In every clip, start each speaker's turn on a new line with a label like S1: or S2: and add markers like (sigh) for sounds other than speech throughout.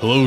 S1: Hello,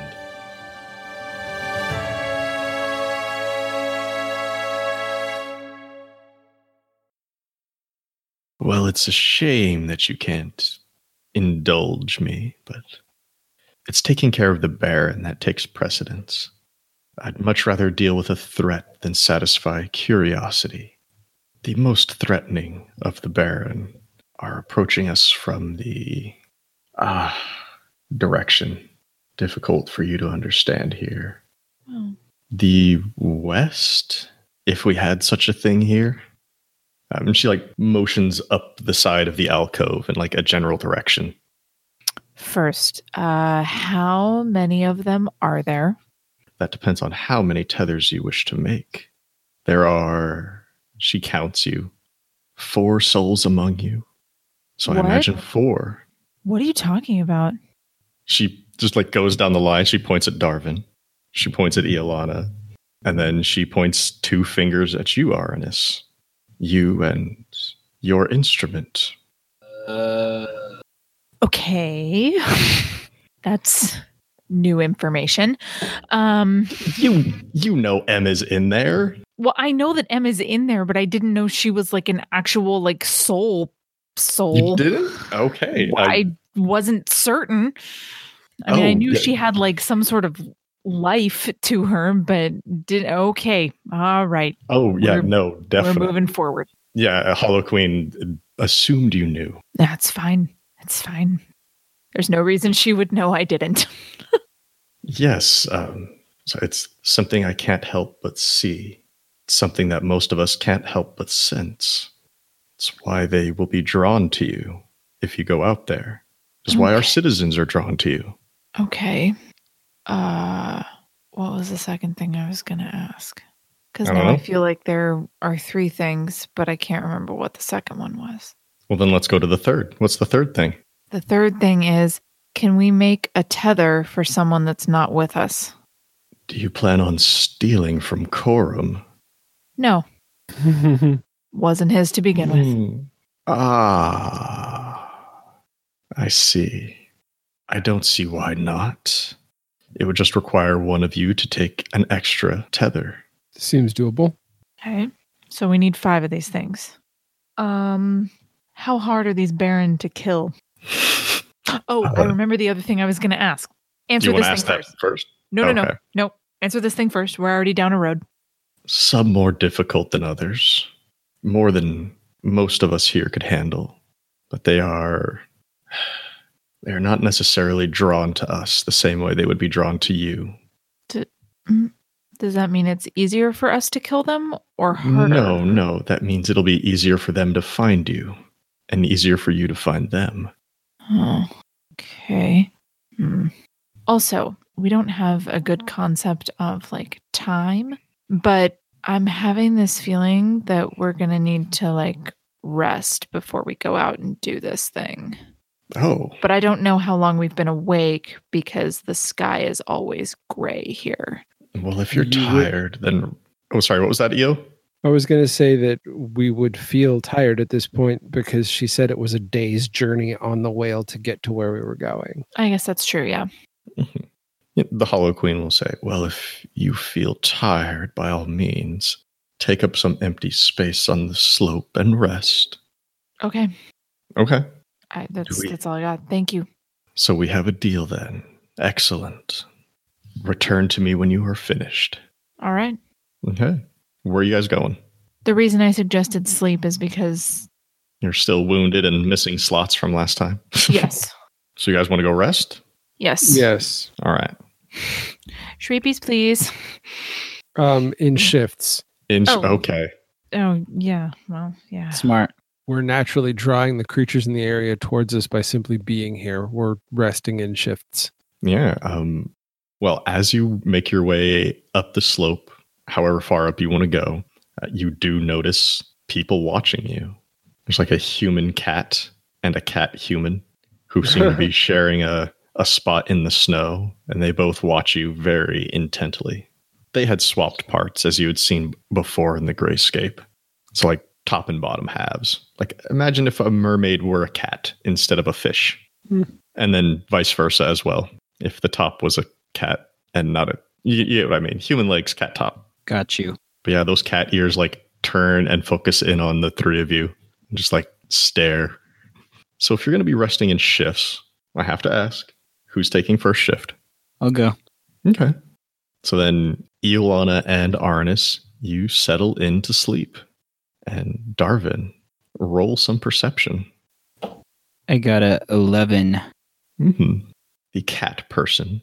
S1: Well, it's a shame that you can't indulge me, but it's taking care of the Baron that takes precedence. I'd much rather deal with a threat than satisfy curiosity. The most threatening of the Baron are approaching us from the ah direction difficult for you to understand here.
S2: Oh.
S1: The west, if we had such a thing here. Um, she like motions up the side of the alcove in like a general direction.
S2: First, uh, how many of them are there?
S1: That depends on how many tethers you wish to make. There are, she counts you, four souls among you. So
S2: What?
S1: I imagine four.
S2: What are you talking about?
S1: She just like goes down the line. She points at Darvin. She points at Iolana. And then she points two fingers at you, Aranis. You and your instrument.
S2: Okay. (laughs) That's new information. Um,
S1: You you know M is in there.
S2: well, I know that Emma's in there, but I didn't know she was like an actual like soul
S1: You
S2: soul.
S1: didn't? Okay.
S2: I, wasn't certain. I mean, I
S1: Oh,
S2: knew
S1: yeah.
S2: she had like some sort of life to her, but did okay. All right.
S1: Oh yeah,
S2: We're-
S1: no,
S2: We're
S1: definitely.
S2: moving forward.
S1: Yeah, a Hollow Queen assumed you knew.
S2: That's fine. That's fine. There's no reason she would know I didn't.
S1: Yes, um, so it's something I can't help but see. Something that most of us can't help but sense. It's why they will be drawn to you if you go out there. It's why our
S2: Okay.
S1: citizens are drawn to you.
S2: Okay. Uh what was the second thing I was going to ask? Cuz
S1: I
S2: now
S1: don't
S2: I
S1: know.
S2: feel like there are three things, but I can't remember what the second one was.
S1: Well, then let's go to the third. What's the third thing?
S2: The third thing is can we make a tether for someone that's not with us?
S1: Do you plan on stealing from Corum?
S2: No, wasn't his to begin with.
S1: Hmm. Ah, I see. I don't see why not. It would just require one of you to take an extra tether.
S3: Seems doable.
S1: Hmm.
S2: Okay. So we need 5 of these things. Um how hard are these Baron
S1: (laughs)
S2: to kill? Oh, I
S1: Uh,
S2: remember the other thing I was going to ask.
S1: Do you
S2: Answer
S1: want
S2: this
S1: to
S2: thing
S1: ask that
S2: first.
S1: first?
S2: No, no, no.
S1: Okay.
S2: No. Answer this thing first. We're already down a road.
S1: Some more difficult than others, more than most of us here could handle, but they are. (sighs) They are not necessarily drawn to us the same way they would be drawn to you.
S2: Does that mean it's easier for us to kill them or harder?
S1: No, no, that means it'll be easier for them to find you and easier for you to find them.
S2: Oh, okay. Hmm. Also, we don't have a good concept of like time, but I'm having this feeling that we're going to need to like rest before we go out and do this thing.
S1: Oh,
S2: But I don't know how long we've been awake because the sky is always gray here.
S1: well, if you're
S3: You would-
S1: tired, then. Oh, sorry, what was that, EO?
S3: I was going to say that we would feel tired at this point because she said it was a day's journey on the whale to get to where we were going.
S2: I guess that's true. Yeah.
S1: The Hollow Queen will say, Well, if you feel tired, by all means, take up some empty space on the slope and rest.
S2: Okay.
S1: Okay.
S2: I, that's
S1: we-
S2: that's all I got. Thank you.
S1: So we have a deal then. Excellent. Return to me when you are finished.
S2: All right.
S1: Okay. Where are you guys going?
S2: The reason I suggested sleep is because
S1: You're still wounded and missing slots from last time. (laughs)
S2: yes,
S1: So you guys want to go rest?
S2: yes.
S4: Yes.
S1: All right.
S2: Shreepies, please.
S4: Um, in shifts.
S1: In-
S2: Oh.
S1: Okay.
S2: Oh yeah. Well, yeah.
S5: Smart.
S4: We're naturally drawing the creatures in the area towards us by simply being here. We're resting in shifts.
S1: Yeah. Um, well, as you make your way up the slope, however far up you want to go, uh, you do notice people watching you. There's like a human cat and a cat human who seem to be sharing a, a spot in the snow, and they both watch you very intently. They had swapped parts as you had seen before in the grayscape. So, like top and bottom halves. Like, imagine if a mermaid were a cat instead of a fish and then vice versa as well. If the top was a cat and not a, you, you know what I mean? Human legs, cat top.
S5: Got you.
S1: But yeah, those cat ears like turn and focus in on the three of you and just like stare. So if you're going to be resting in shifts, I have to ask who's taking first shift?
S5: I'll go.
S1: Okay. So then Iolana and Arnis, you settle into sleep. And Darvin, roll some perception.
S5: I got a 11.
S1: hmm The cat person,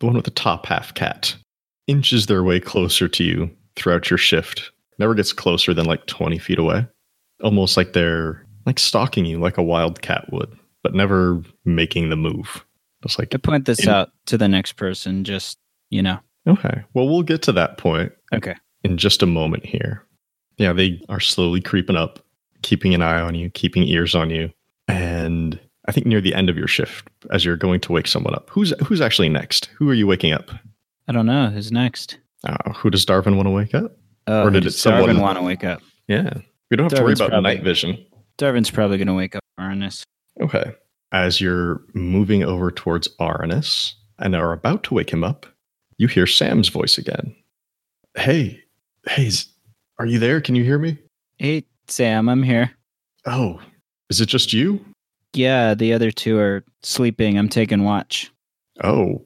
S1: the one with the top half cat, inches their way closer to you throughout your shift. Never gets closer than like 20 feet away. Almost like they're like stalking you like a wild cat would, but never making the move. Just like,
S5: To point this
S1: In-
S5: out to the next person, just, you know.
S1: okay, well, we'll get to that point
S5: Okay.
S1: in just a moment here. Yeah, they are slowly creeping up, keeping an eye on you, keeping ears on you. And I think near the end of your shift, as you're going to wake someone up, who's who's actually next? Who are you waking up?
S5: I don't know. Who's next?
S1: Uh, who does Darvin want to wake up?
S5: Oh,
S1: Or did
S5: does
S1: it someone-
S5: Darvin want to wake up?
S1: Yeah. We don't have to worry
S5: Darvin's
S1: about
S5: probably-
S1: night vision.
S5: Darvin's probably going to wake up Arnis.
S1: Okay. As you're moving over towards Aranus and are about to wake him up, you hear Sam's voice again. Hey, hey, is- are you there? Can you hear me?
S5: Hey, Sam, I'm here.
S1: Oh, is it just you?
S5: Yeah, the other two are sleeping. I'm taking watch.
S1: Oh.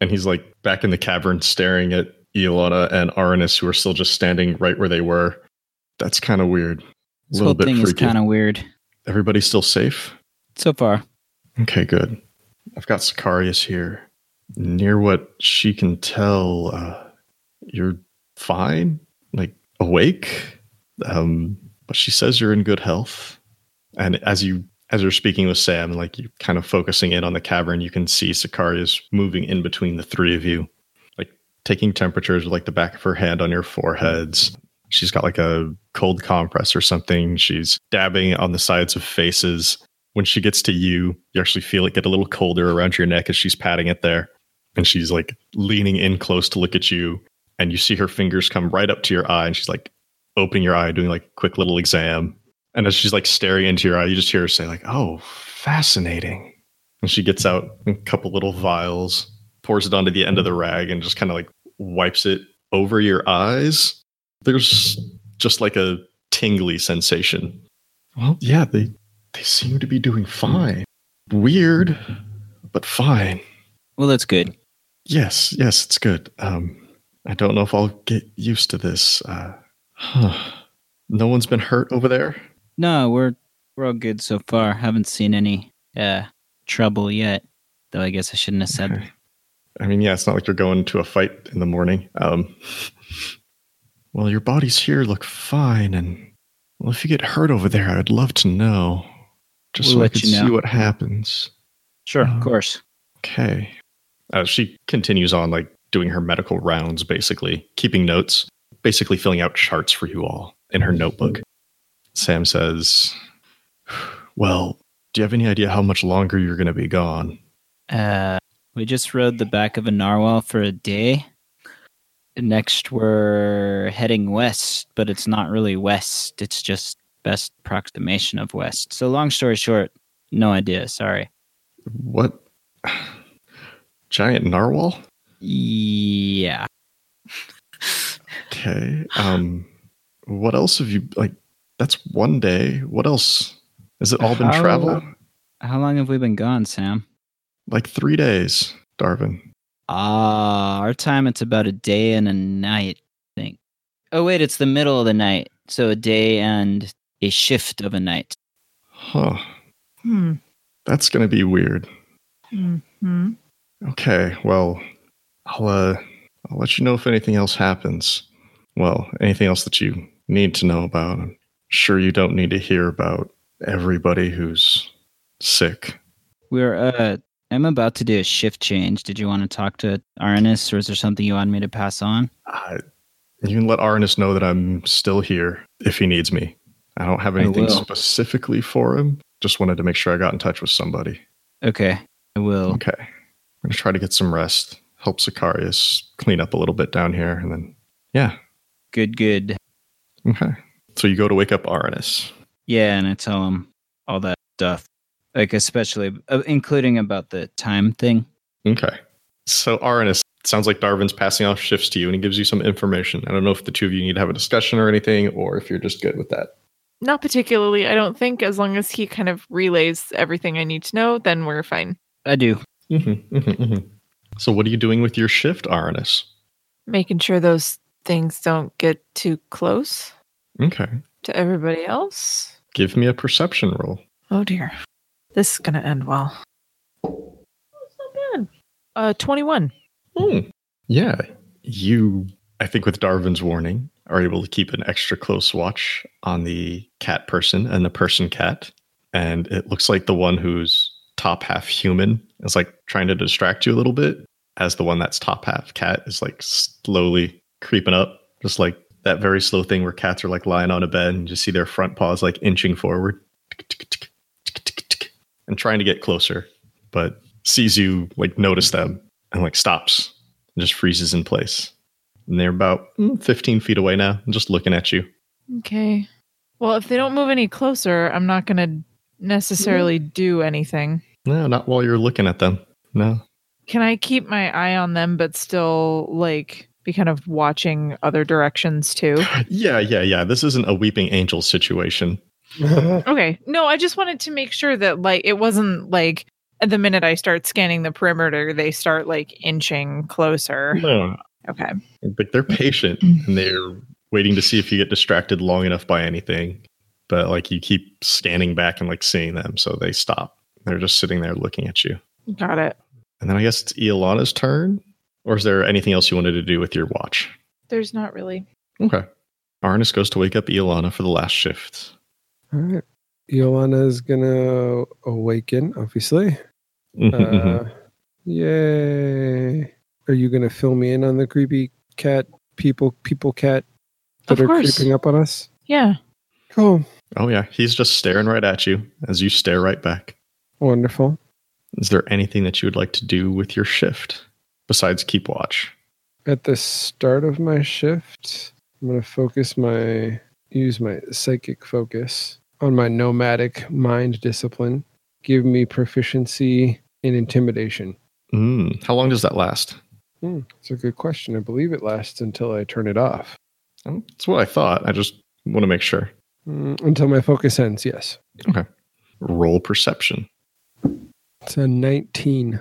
S1: And he's like back in the cavern staring at Iolana and Aranus, who are still just standing right where they were. That's kind of weird. A
S5: This
S1: little
S5: whole
S1: bit
S5: thing is
S1: freaky.
S5: kind of weird
S1: Everybody's still safe?
S5: so far.
S1: Okay, good. I've got Sicarius here. Near what she can tell, uh, you're fine, like awake. Um, but she says you're in good health. And as you as you're speaking with Sam, like you kind of focusing in on the cavern, you can see Sicarius moving in between the three of you, like taking temperatures with like the back of her hand on your foreheads. She's got like a cold compress or something. She's dabbing on the sides of faces when she gets to you, you actually feel it get a little colder around your neck as she's patting it there. And she's like leaning in close to look at you. And you see her fingers come right up to your eye. And she's like opening your eye, doing like a quick little exam. And as she's like staring into your eye, you just hear her say, like, oh, fascinating. And she gets out a couple little vials, pours it onto the end of the rag, and just kind of like wipes it over your eyes. There's just like a tingly sensation. Well, yeah, they they seem to be doing fine. Weird, but fine.
S5: Well, that's good.
S1: Yes, yes, it's good. Um, I don't know if I'll get used to this. Uh, huh. No one's been hurt over there.
S5: No, we're we're all good so far. Haven't seen any uh trouble yet. Though I guess I shouldn't have said.
S1: Okay. I mean, yeah, it's not like you're going to a fight in the morning. Um, (laughs) well, your bodies here look fine, and well, if you get hurt over there, I would love to know, just
S5: We'll
S1: so I
S5: let
S1: can
S5: you know.
S1: see what happens.
S5: Sure,
S1: Uh,
S5: of course.
S1: Okay. Uh, she continues on, like doing her medical rounds, basically, keeping notes, basically filling out charts for you all in her notebook. Sam says, Well, do you have any idea how much longer you're going to be gone?
S5: Uh, we just rode the back of a narwhal for a day. Next, we're heading west, but it's not really west. It's just best approximation of west. So, long story short, no idea. Sorry.
S1: What? (sighs) Giant narwhal?
S5: Yeah.
S1: Okay. Um, what else have you like? That's one day. What else? Has it all been
S5: How-
S1: travel?
S5: How long have we been gone, Sam?
S1: Like three days, Darvin.
S5: Ah, our time it's about a day and a night, I think. Oh wait, it's the middle of the night. So a day and a shift of a night.
S1: Huh.
S2: Hmm.
S1: That's gonna be weird.
S2: Hmm.
S1: Okay, well, I'll uh, I'll let you know if anything else happens. Well, anything else that you need to know about. I'm sure you don't need to hear about everybody who's sick.
S5: We're uh I'm about to do a shift change. Did you want to talk to Arnis or is there something you want me to pass on?
S1: I, you can let Arnis know that I'm still here if he needs me. I don't have
S5: I
S1: anything
S5: will.
S1: specifically for him. Just wanted to make sure I got in touch with somebody.
S5: Okay. I will.
S1: Okay, I'm gonna try to get some rest. Help Sicarius clean up a little bit down here, and then yeah,
S5: Good, good.
S1: okay. So you go to wake up Arnis.
S5: Yeah, and I tell him all that stuff. Like especially uh, including about the time thing.
S1: Okay. So, Arnis, it sounds like Darwin's passing off shifts to you and he gives you some information. I don't know if the two of you need to have a discussion or anything, or if you're just good with that.
S2: Not particularly. I don't think. As long as he kind of relays everything I need to know, then we're fine.
S5: I do.
S1: Mm-hmm, So, what are you doing with your shift, Arnis?
S2: Making sure those things don't get too close
S1: Okay.
S2: to everybody else.
S1: Give me a perception roll.
S2: Oh dear. This is gonna end well. It's not bad. Uh twenty-one.
S1: Hmm. Yeah. You, I think, with Darwin's warning, are able to keep an extra close watch on the cat person and the person cat. And it looks like the one who's top half human is like trying to distract you a little bit, as the one that's top half cat is like slowly creeping up, just like that very slow thing where cats are like lying on a bed and you just see their front paws like inching forward tick, tick, tick, tick, tick, tick, and trying to get closer, but sees you like notice them and like stops and just freezes in place. And they're about mm, 15 feet away now, just looking at you.
S2: Okay. Well, if they don't move any closer, I'm not gonna necessarily do anything.
S1: No, not while you're looking at them. No.
S2: Can I keep my eye on them but still like be kind of watching other directions too?
S1: Yeah, yeah, yeah. This isn't a weeping angel situation.
S2: Okay. No, I just wanted to make sure that like it wasn't like the minute I start scanning the perimeter, they start like inching closer.
S1: No.
S2: Okay.
S1: Like they're patient and they're waiting to see if you get distracted long enough by anything. But like you keep scanning back and like seeing them, so they stop. They're just sitting there looking at you.
S2: Got it.
S1: And then I guess it's Iolana's turn. Or is there anything else you wanted to do with your watch?
S2: There's not really.
S1: Okay. Arnis goes to wake up Iolana for the last shift.
S4: All right. Iolana is going to awaken, obviously.
S2: Mm-hmm.
S4: Uh, yay. Are you going to fill me in on the creepy cat people, people cat that
S2: Of
S4: are
S2: course.
S4: creeping up on us?
S2: Yeah.
S4: Cool.
S1: (laughs) Oh yeah, he's just staring right at you as you stare right back.
S4: Wonderful.
S1: Is there anything that you would like to do with your shift besides keep watch?
S4: At the start of my shift, I'm going to focus my, use my psychic focus on my nomadic mind discipline. Give me proficiency in intimidation.
S1: Mm, how long does that last?
S4: Hmm, it's a good question. I believe it lasts until I turn it off.
S1: Oh, That's what I thought. I just want to make sure.
S4: Mm, until my focus ends, yes.
S1: Roll perception.
S4: It's a 19.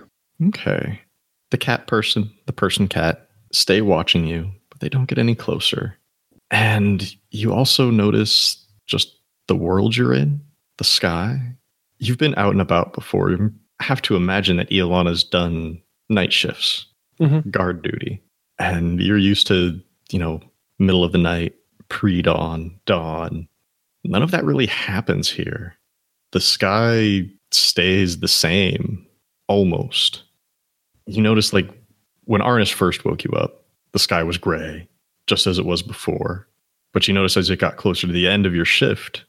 S1: Okay. The cat person, the person cat, stay watching you, but they don't get any closer. And you also notice just the world you're in, the sky. You've been out and about before. You have to imagine that Iolana's done night shifts,
S4: Mhm.
S1: guard duty, and you're used to, you know, middle of the night, pre dawn, dawn. None of that really happens here. The sky stays the same almost. You notice, like, when Arnis first woke you up, the sky was gray, just as it was before. But you notice as it got closer to the end of your shift,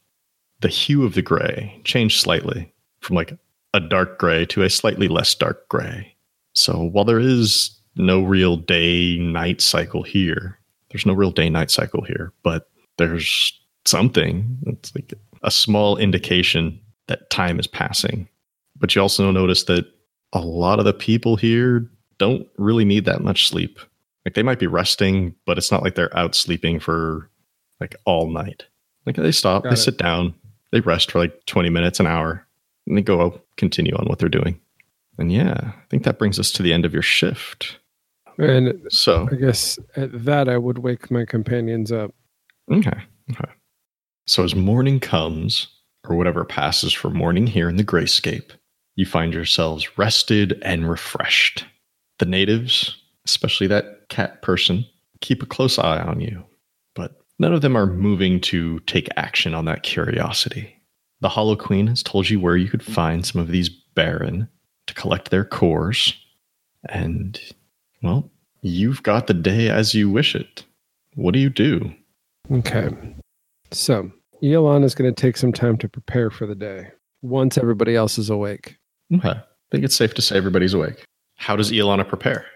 S1: the hue of the gray changed slightly from like a dark gray to a slightly less dark gray. So while there is no real day night cycle here, there's no real day night cycle here, but there's something. It's like a small indication that time is passing. But you also notice that a lot of the people here don't really need that much sleep. Like they might be resting, but it's not like they're out sleeping for like all night. Like they stop,
S4: Got
S1: they
S4: it.
S1: sit down, they rest for like 20 minutes, an hour, and they go out, continue on what they're doing. And yeah, I think that brings us to the end of your shift.
S4: And
S1: So,
S4: I guess at that, I would wake my companions up.
S1: okay. okay. So as morning comes, or whatever passes for morning here in the grayscape, you find yourselves rested and refreshed. The natives, especially that cat person, keep a close eye on you, but none of them are moving to take action on that curiosity. The Hollow Queen has told you where you could find some of these Baron to collect their cores, and well, you've got the day as you wish it. What do you do?
S4: Okay. So, Elon is going to take some time to prepare for the day once everybody else is awake.
S1: Okay. I think it's safe to say everybody's awake. How does Elana prepare?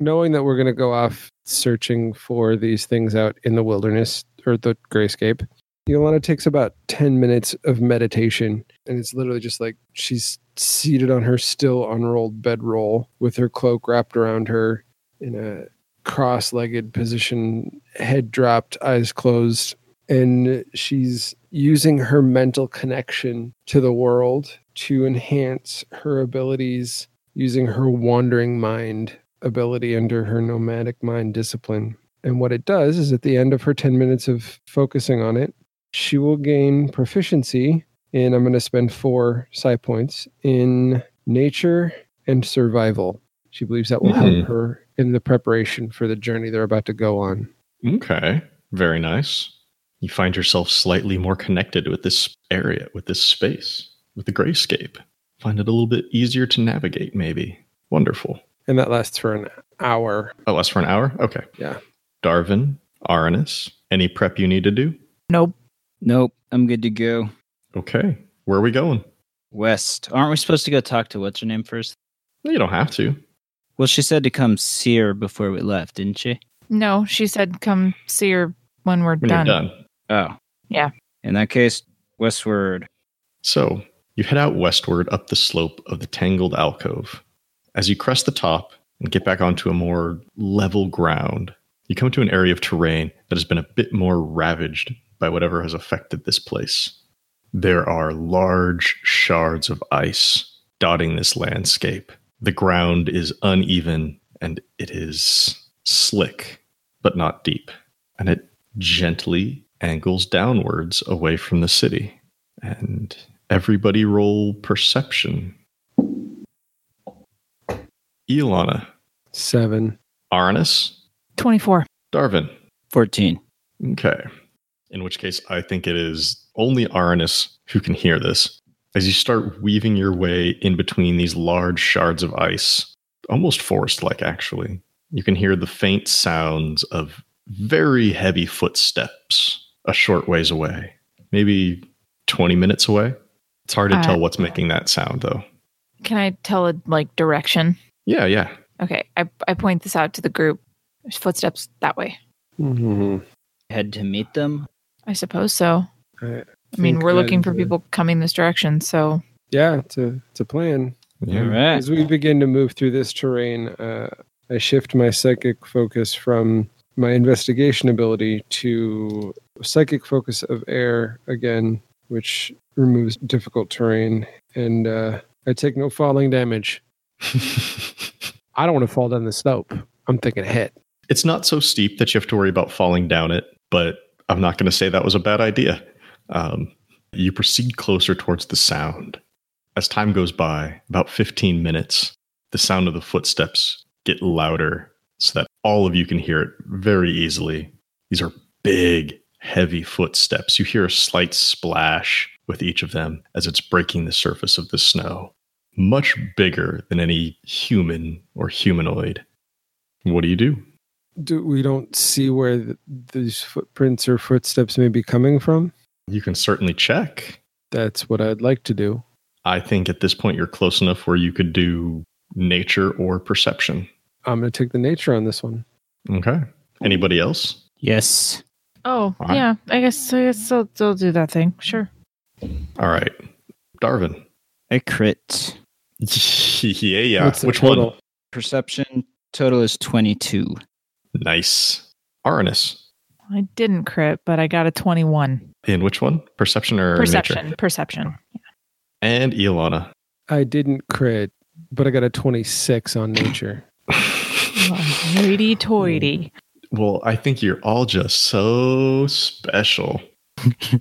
S4: Knowing that we're going to go off searching for these things out in the wilderness or the grayscape, Elana takes about 10 minutes of meditation. And it's literally just like she's seated on her still unrolled bedroll with her cloak wrapped around her in a cross legged position, head dropped, eyes closed. And she's using her mental connection to the world to enhance her abilities using her wandering mind ability under her nomadic mind discipline. And what it does is at the end of her 10 minutes of focusing on it, she will gain proficiency in, I'm going to spend four psi points in nature and survival. She believes that will
S1: Hmm.
S4: help her in the preparation for the journey they're about to go on.
S1: Okay. Very nice. You find yourself slightly more connected with this area, with this space, with the grayscape. Find it a little bit easier to navigate, maybe. Wonderful.
S4: And that lasts for an hour.
S1: Oh, less for an hour? Okay.
S4: Yeah.
S1: Darvin, Aranus, any prep you need to do?
S2: Nope.
S5: Nope, I'm good to go.
S1: Okay. Where are we going?
S5: West. Aren't we supposed to go talk to what's her name first?
S1: You don't have to.
S5: Well, she said to come see her before we left, didn't she?
S2: No, she said come see her when we're
S1: When
S2: done.
S1: you're done.
S5: Oh.
S2: Yeah.
S5: In that case, westward.
S1: So you head out westward up the slope of the tangled alcove. As you crest the top and get back onto a more level ground, you come to an area of terrain that has been a bit more ravaged by whatever has affected this place. There are large shards of ice dotting this landscape. The ground is uneven and it is slick, but not deep. And it gently angles downwards away from the city. And everybody roll perception. Elana,
S4: Seven.
S1: Arnis,
S2: 24.
S1: Darvin.
S5: 14.
S1: Okay. In which case, I think it is only Aranus who can hear this. As you start weaving your way in between these large shards of ice, almost forest like, actually, you can hear the faint sounds of very heavy footsteps a short ways away, maybe 20 minutes away. It's hard to
S2: Uh,
S1: tell what's making that sound, though.
S2: Can I tell a like direction?
S1: Yeah, yeah.
S2: Okay. I, I point this out to the group. There's footsteps that way.
S4: Mm-hmm.
S5: Head to meet them.
S2: I suppose so.
S4: I,
S2: I mean,
S4: think
S2: we're
S4: that
S2: looking
S4: is
S2: for
S4: a-
S2: people coming this direction. So,
S4: Yeah, it's a, it's a plan.
S1: Yeah.
S5: All right.
S4: As we begin to move through this terrain, uh, I shift my psychic focus from my investigation ability to psychic focus of air again, which removes difficult terrain, and uh, I take no falling damage. I don't want to fall down the slope. I'm thinking ahead.
S1: it's not so steep that you have to worry about falling down it, but I'm not going to say that was a bad idea. Um, you proceed closer towards the sound. As time goes by, about 15 minutes, the sound of the footsteps get louder so that all of you can hear it very easily. These are big, heavy footsteps. You hear a slight splash with each of them as it's breaking the surface of the snow. Much bigger than any human or humanoid. What do you do?
S4: Do we don't see where th- these footprints or footsteps may be coming from?
S1: You can certainly check.
S4: That's what I'd like to do.
S1: I think at this point you're close enough where you could do nature or perception.
S4: I'm going to take the nature on this one.
S1: Okay. Anybody else?
S5: Yes.
S2: oh,
S1: All right.
S2: yeah. I guess, I guess they'll, they'll do that thing. Sure.
S1: All right. Darvin. (laughs)
S5: A crit.
S1: yeah.
S4: What's the
S1: Which
S4: total?
S1: one?
S5: Perception total is 22.
S1: Nice. Aranus.
S2: I didn't crit, but I got a 21.
S1: In which one? Perception or
S2: Perception.
S1: nature?
S2: Perception.
S1: And Iolana.
S4: I didn't crit, but I got a 26 on nature.
S2: Hoity toity.
S1: well, I think you're all just so special. (laughs)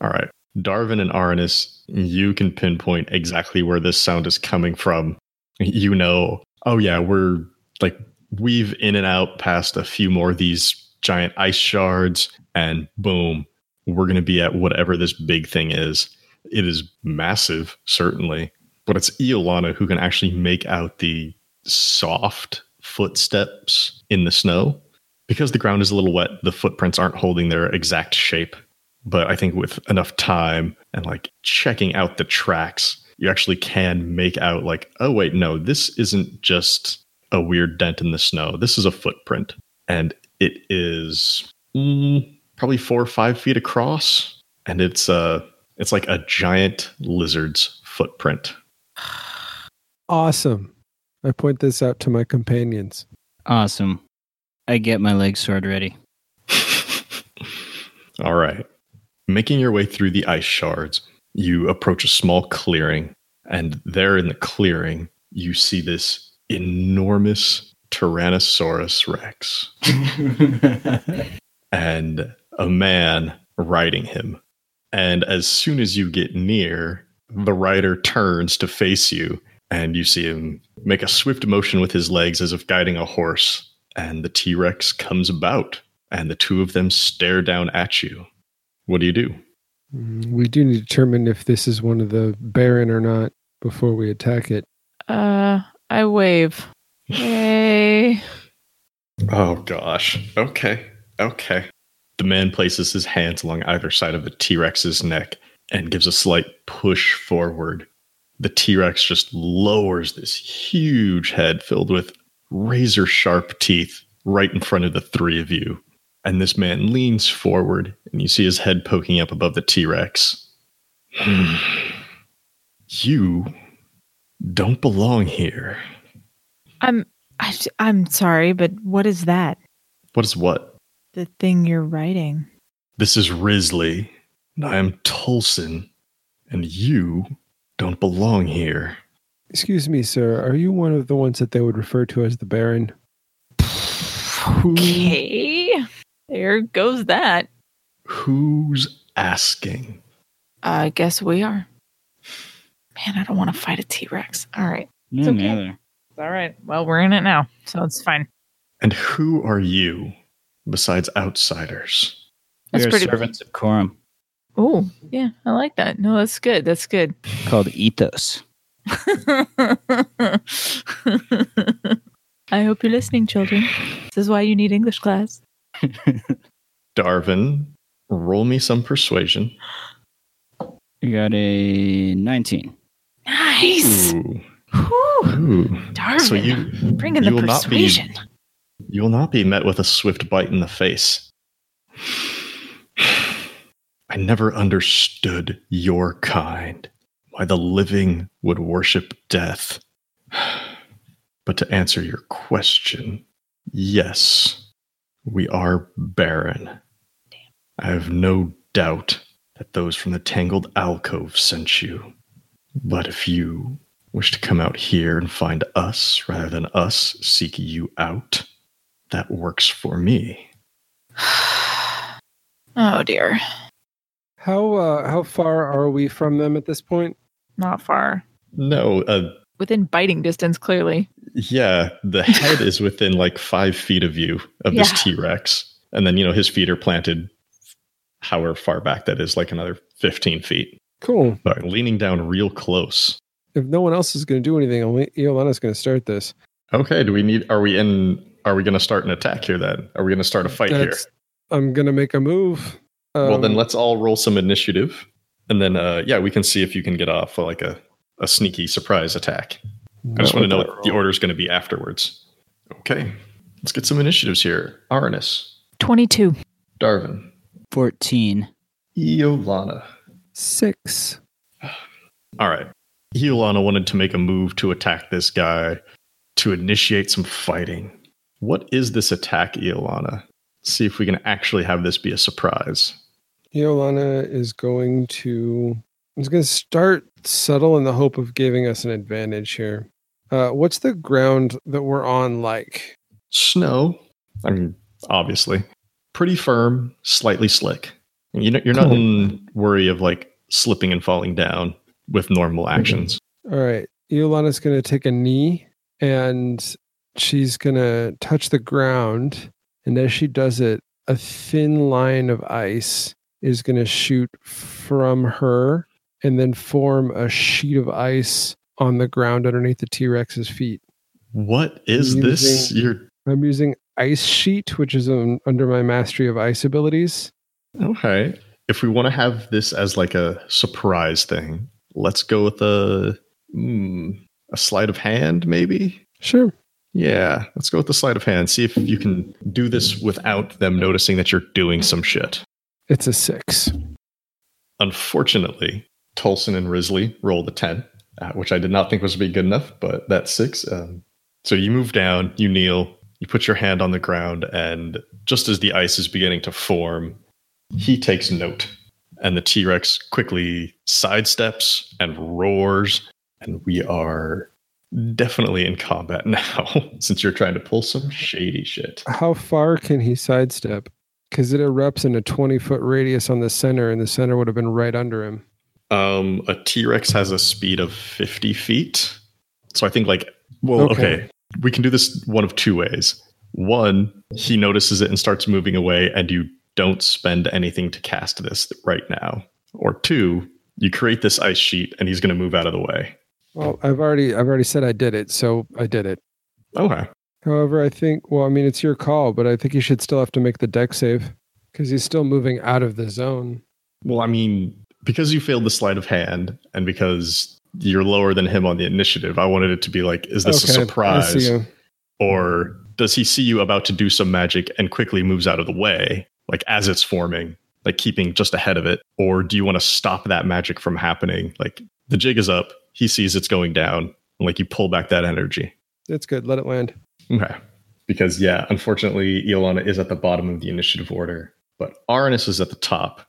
S1: all right. Darwin and Aranus, you can pinpoint exactly where this sound is coming from. You know, oh yeah, we're like weave in and out past a few more of these giant ice shards, and boom, we're gonna be at whatever this big thing is. It is massive, certainly, but it's Iolana who can actually make out the soft footsteps in the snow because the ground is a little wet, the footprints aren't holding their exact shape. But I think with enough time and like checking out the tracks, you actually can make out like, oh, wait, no, this isn't just a weird dent in the snow. This is a footprint. And it is mm, probably four or five feet across. And it's, uh, it's like a giant lizard's footprint.
S4: Awesome. I point this out to my companions.
S5: Awesome. I get my leg
S1: (laughs)
S5: sword ready.
S1: All right. Making your way through the ice shards, you approach a small clearing, and there in the clearing, you see this enormous Tyrannosaurus Rex and a man riding him. And as soon as you get near, the rider turns to face you, and you see him make a swift motion with his legs as if guiding a horse. And the T Rex comes about, and the two of them stare down at you. What do you do?
S4: Mm, We do need to determine if this is one of the Baron or not before we attack it.
S2: Uh, I wave. Hey.
S1: Oh, gosh. Okay. Okay. The man places his hands along either side of the T Rex's neck and gives a slight push forward. The T Rex just lowers this huge head filled with razor sharp teeth right in front of the three of you. And this man leans forward, and you see his head poking up above the T Rex. (sighs) you don't belong here.
S2: I'm I, I'm sorry, but what is that?
S1: What is what?
S2: The thing you're writing.
S1: This is Risley, and I am Tolson, and you don't belong here.
S4: Excuse me, sir. Are you one of the ones that they would refer to as the Baron?
S2: Okay. There goes that.
S1: Who's asking?
S2: I guess we are. Man, I don't want to fight a T-Rex. All right.
S5: Me
S2: It's okay.
S5: neither.
S2: All right. Well, we're in it now, so it's fine.
S1: And who are you besides outsiders?
S2: That's
S5: We're
S2: pretty-
S5: servants of Coram
S2: Oh, yeah, I like that. No, that's good. That's (laughs) good.
S5: called Ethos.
S2: I hope you're listening, children. This is why you need English class.
S1: Darvin, roll me some persuasion.
S5: You got a 19.
S2: Nice.
S1: Ooh.
S2: Whew.
S1: Ooh.
S2: Darvin,
S1: Hmm. So you
S2: bring in
S1: you
S2: the
S1: will not be-
S2: persuasion.
S1: you will not be met with a swift bite in the face. I never understood your kind, why the living would worship death. But to answer your question, yes, we are barren. I have no doubt that those from the Tangled Alcove sent you. But if you wish to come out here and find us rather than us seek you out, that works for me.
S2: oh dear.
S4: How uh, how far are we from them at this point?
S2: Not far.
S1: No, uh,
S2: Within biting distance, clearly.
S1: yeah, the head is within like five feet of you of
S2: Yeah.
S1: this T Rex. And then, you know, his feet are planted however far back that is, like another 15 feet.
S4: Cool.
S1: But leaning down real close.
S4: If no one else is going to do anything, only Iolana's going to start this.
S1: Okay, do we need, are we in, are we going to start an attack here then? Are we going to start a fight here?
S4: That's- I'm going to make a move.
S1: well,
S4: Um,
S1: then let's all roll some initiative. And then, uh, yeah, we can see if you can get off uh, like a, a sneaky surprise attack. I just
S4: not
S1: want to know
S4: with
S1: what the
S4: that roll.
S1: order is going to be afterwards. Okay. Let's get some initiatives here. Aranus,
S2: 22.
S1: Darvin,
S5: 14.
S1: Iolana.
S4: Six.
S1: All right. Iolana wanted to make a move to attack this guy to initiate some fighting. What is this attack, Iolana? See if we can actually have this be a surprise.
S4: Yolana is going to is going to start subtle in the hope of giving us an advantage here. Uh, what's the ground that we're on like?
S1: Snow, I mean, obviously, pretty firm, slightly slick. You know, you're not in worry of like slipping and falling down with normal actions.
S4: All right, Yolana's going to take a knee and she's going to touch the ground, and as she does it, a thin line of ice is going to shoot from her and then form a sheet of ice on the ground underneath the T Rex's feet.
S1: What is this? You're
S4: I'm using Ice Sheet, which is um, under my Mastery of Ice abilities.
S1: okay. If we want to have this as like a surprise thing, let's go with a hmm, a sleight of hand, maybe.
S4: Sure.
S1: Yeah, let's go with the sleight of hand. See if you can do this without them noticing that you're doing some shit.
S4: It's a six.
S1: Unfortunately, Tolson and Risley rolled a 10, uh, which I did not think was to be good enough, but that's six. Um, so you move down, you kneel, you put your hand on the ground, and just as the ice is beginning to form, he takes note. And the T Rex quickly sidesteps and roars. And we are definitely in combat (laughs) now since you're trying to pull some shady shit.
S4: How far can he sidestep? Because it erupts in a 20 foot radius on the center, and the center would have been right under him.
S1: Um, a T Rex has a speed of 50 feet. So I think, like, well,
S4: Okay.
S1: okay. we can do this one of two ways. One, he notices it and starts moving away, and you don't spend anything to cast this right now. Or two, you create this ice sheet and he's going to move out of the way.
S4: Well, I've already I've already said I did it, so I did it.
S1: Okay.
S4: However, I think well, I mean it's your call, but I think you should still have to make the deck save because he's still moving out of the zone.
S1: Well, I mean, because you failed the sleight of hand and because you're lower than him on the initiative, I wanted it to be like, is this
S4: Okay, I
S1: a surprise?
S4: see you.
S1: or does he see you about to do some magic and quickly moves out of the way like as it's forming like keeping just ahead of it or do you want to stop that magic from happening like the jig is up he sees it's going down and like you pull back that energy
S4: That's good. Let it land.
S1: okay because yeah unfortunately Iolana is at the bottom of the initiative order but Arnis is at the top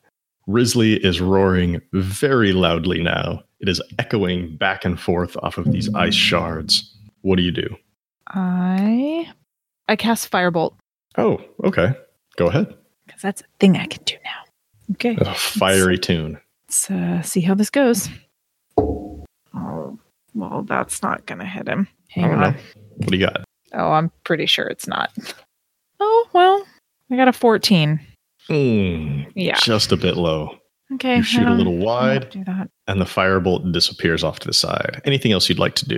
S1: Risley is roaring very loudly now it is echoing back and forth off of these ice shards what do you do
S2: I I cast firebolt
S1: oh okay go ahead
S2: because that's a thing I can do now. Okay,
S1: A fiery tune.
S2: let's uh, see how this goes. Oh, well, that's not gonna hit him.
S1: I
S2: Hang
S1: don't
S2: on.
S1: know. What do you got?
S2: Oh, I'm pretty sure it's not. Oh well, I got a 14.
S1: Mm,
S2: Yeah. Uh-huh.
S1: Just a bit low.
S2: Okay.
S1: you shoot
S2: I
S1: a
S2: don't-
S1: little
S2: I won't
S1: wide,
S2: Do that.
S1: and the firebolt disappears off to the side. Anything else you'd like to do?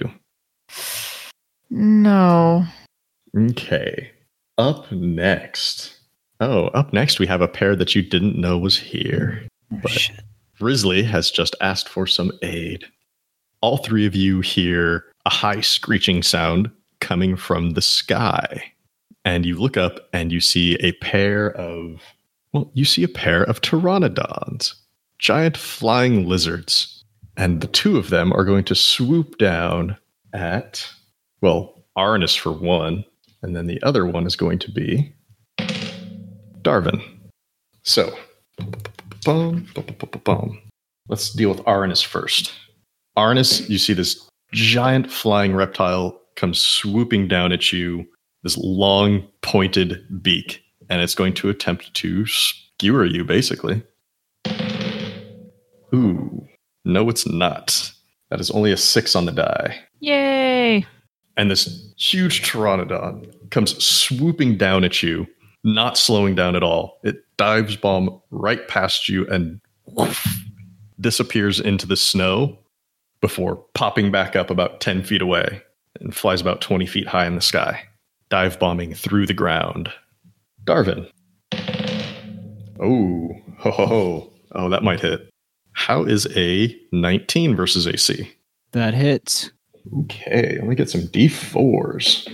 S2: No.
S1: Okay. Up next. Oh, up next, we have a pair that you didn't know was here.
S2: Oh,
S1: But-
S5: Shit.
S1: Risley has just asked for some aid. All three of you hear a high screeching sound coming from the sky. And you look up and you see a pair of, well, you see a pair of pteranodons, giant flying lizards. And the two of them are going to swoop down at, well, Arnis for one. And then the other one is going to be Darwin. So Boom, boom, boom, boom, boom. Let's deal with Arnis first. Arnis, you see this giant flying reptile comes swooping down at you, this long pointed beak, and it's going to attempt to skewer you, basically. Ooh, no, it's not. That is only a six on the die
S2: Yay.
S1: and this huge pteranodon comes swooping down at you, not slowing down at all. It dives bomb right past you and woof, disappears into the snow before popping back up about 10 feet away and flies about 20 feet high in the sky, dive bombing through the ground. Darvin. Oh, ho ho ho. Oh, that might hit. How is a 19 versus AC?
S5: That hits.
S1: Okay, let me get some D4s.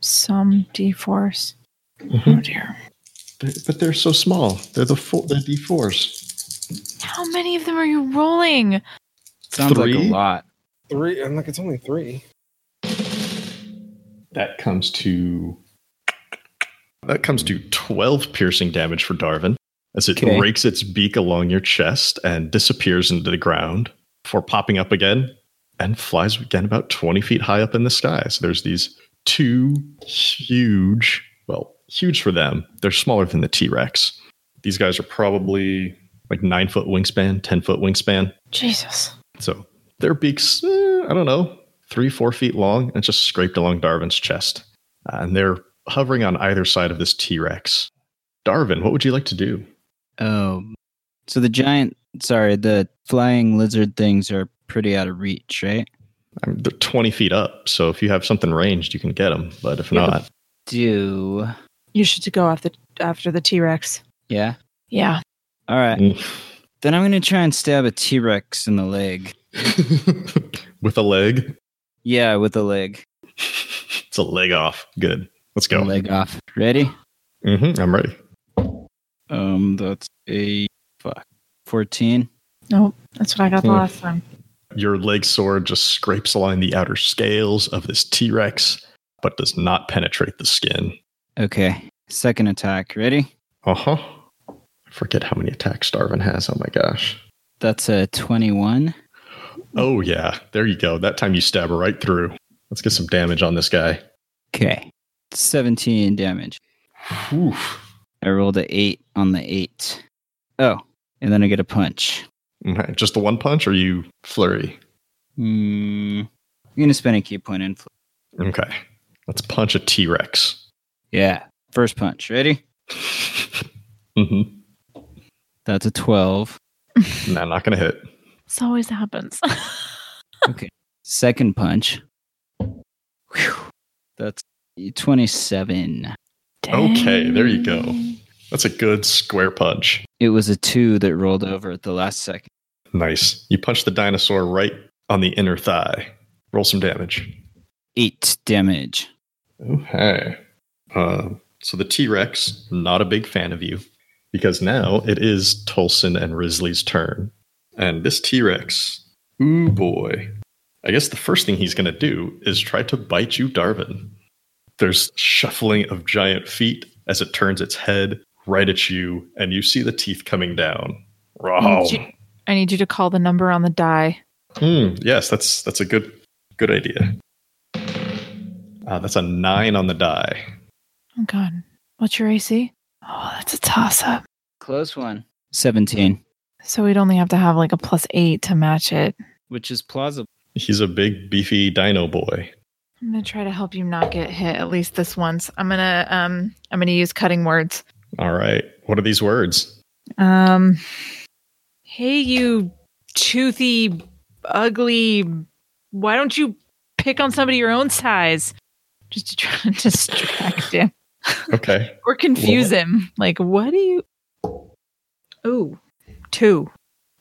S2: Some D4s.
S1: Mm-hmm.
S2: Oh dear.
S1: They're- But they're so small. They're the four, they're D4s.
S2: How many of them are you rolling?
S5: Sounds like
S1: Three?
S5: a lot.
S4: Three. I'm like it's only three.
S1: That comes to that comes to twelve piercing damage for Darwin as it
S5: Okay.
S1: rakes its beak along your chest and disappears into the ground before popping up again and flies again about twenty feet high up in the sky. So there's these two huge, well, huge for them. They're smaller than the T Rex. These guys are probably like nine foot wingspan, ten foot wingspan.
S2: Jesus.
S1: So their beaks, eh, I don't know, three, four feet long, and just scraped along Darwin's chest. Uh, and they're hovering on either side of this T Rex. Darwin, what would you like to do?
S5: Oh, so the giant, sorry, the flying lizard things are pretty out of reach, right?
S1: I mean, they're 20 feet up, so if you have something ranged, you can get them. But if
S2: Yeah, but-
S1: not,
S5: Do
S2: You should go after after the T Rex.
S5: yeah.
S2: Yeah.
S5: All right,
S1: Mm.
S5: then I'm gonna try and stab a T Rex in the leg.
S1: (laughs) with a leg,
S5: Yeah, with a leg,
S1: it's a leg off. Good. Let's go.
S5: leg off. Ready?
S1: hmm I'm ready.
S5: Um, that's a fuck fourteen.
S2: Oh, That's what I got the
S1: Hmm.
S2: last time.
S1: Your leg sword just scrapes along the outer scales of this T Rex, but does not penetrate the skin.
S5: Okay, second attack. Ready?
S1: Uh huh. I forget how many attacks Darwin has. Oh my gosh.
S5: That's a twenty-one.
S1: Oh yeah. There you go. That time you stab her right through. Let's get some damage on this guy.
S5: Okay, seventeen damage.
S1: Oof.
S5: I rolled a eight on the eight. Oh, and then I get a punch.
S1: Okay, Just the one punch or you flurry?
S5: Hmm. I'm gonna spend a key point in. fl-
S1: Okay. Let's punch a T (laughs) Rex.
S5: Yeah. First punch. Ready?
S1: hmm
S5: That's a twelve.
S1: No, not gonna hit.
S2: This always happens. (laughs)
S5: Second punch. Whew. That's twenty-seven.
S1: Okay, there you go.
S2: Dang.
S1: That's a good square punch.
S5: It was a two that rolled over at the last second.
S1: Nice. You punch the dinosaur right on the inner thigh. Roll some damage.
S5: Eight damage.
S1: Okay. Um, so the T Rex, not a big fan of you, because now it is Tolson and Risley's turn. And this T Rex,
S5: Mm,
S1: ooh boy. I guess the first thing he's going to do is try to bite you, Darvin. There's shuffling of giant feet as it turns its head right at you, and you see the teeth coming down.
S2: I,
S1: Wow.
S2: need you, I need you to call the number on the die.
S1: Hmm, yes, that's that's a good good idea. Uh, that's a nine on the die.
S2: Oh God, what's your AC? Oh, that's a toss up.
S5: Close one. Seventeen.
S2: So we'd only have to have like a plus eight to match it.
S5: Which is plausible.
S1: He's a big, beefy dino boy.
S2: I'm gonna try to help you not get hit at least this once. I'm gonna um I'm gonna use cutting words.
S1: All right. What are these
S5: (laughs)
S1: words?
S2: Um, hey, you toothy, ugly. Why don't you pick on somebody your own size? Just to try (laughs) to distract him
S1: Okay.
S2: or confuse him. Like, what do you? Ooh, two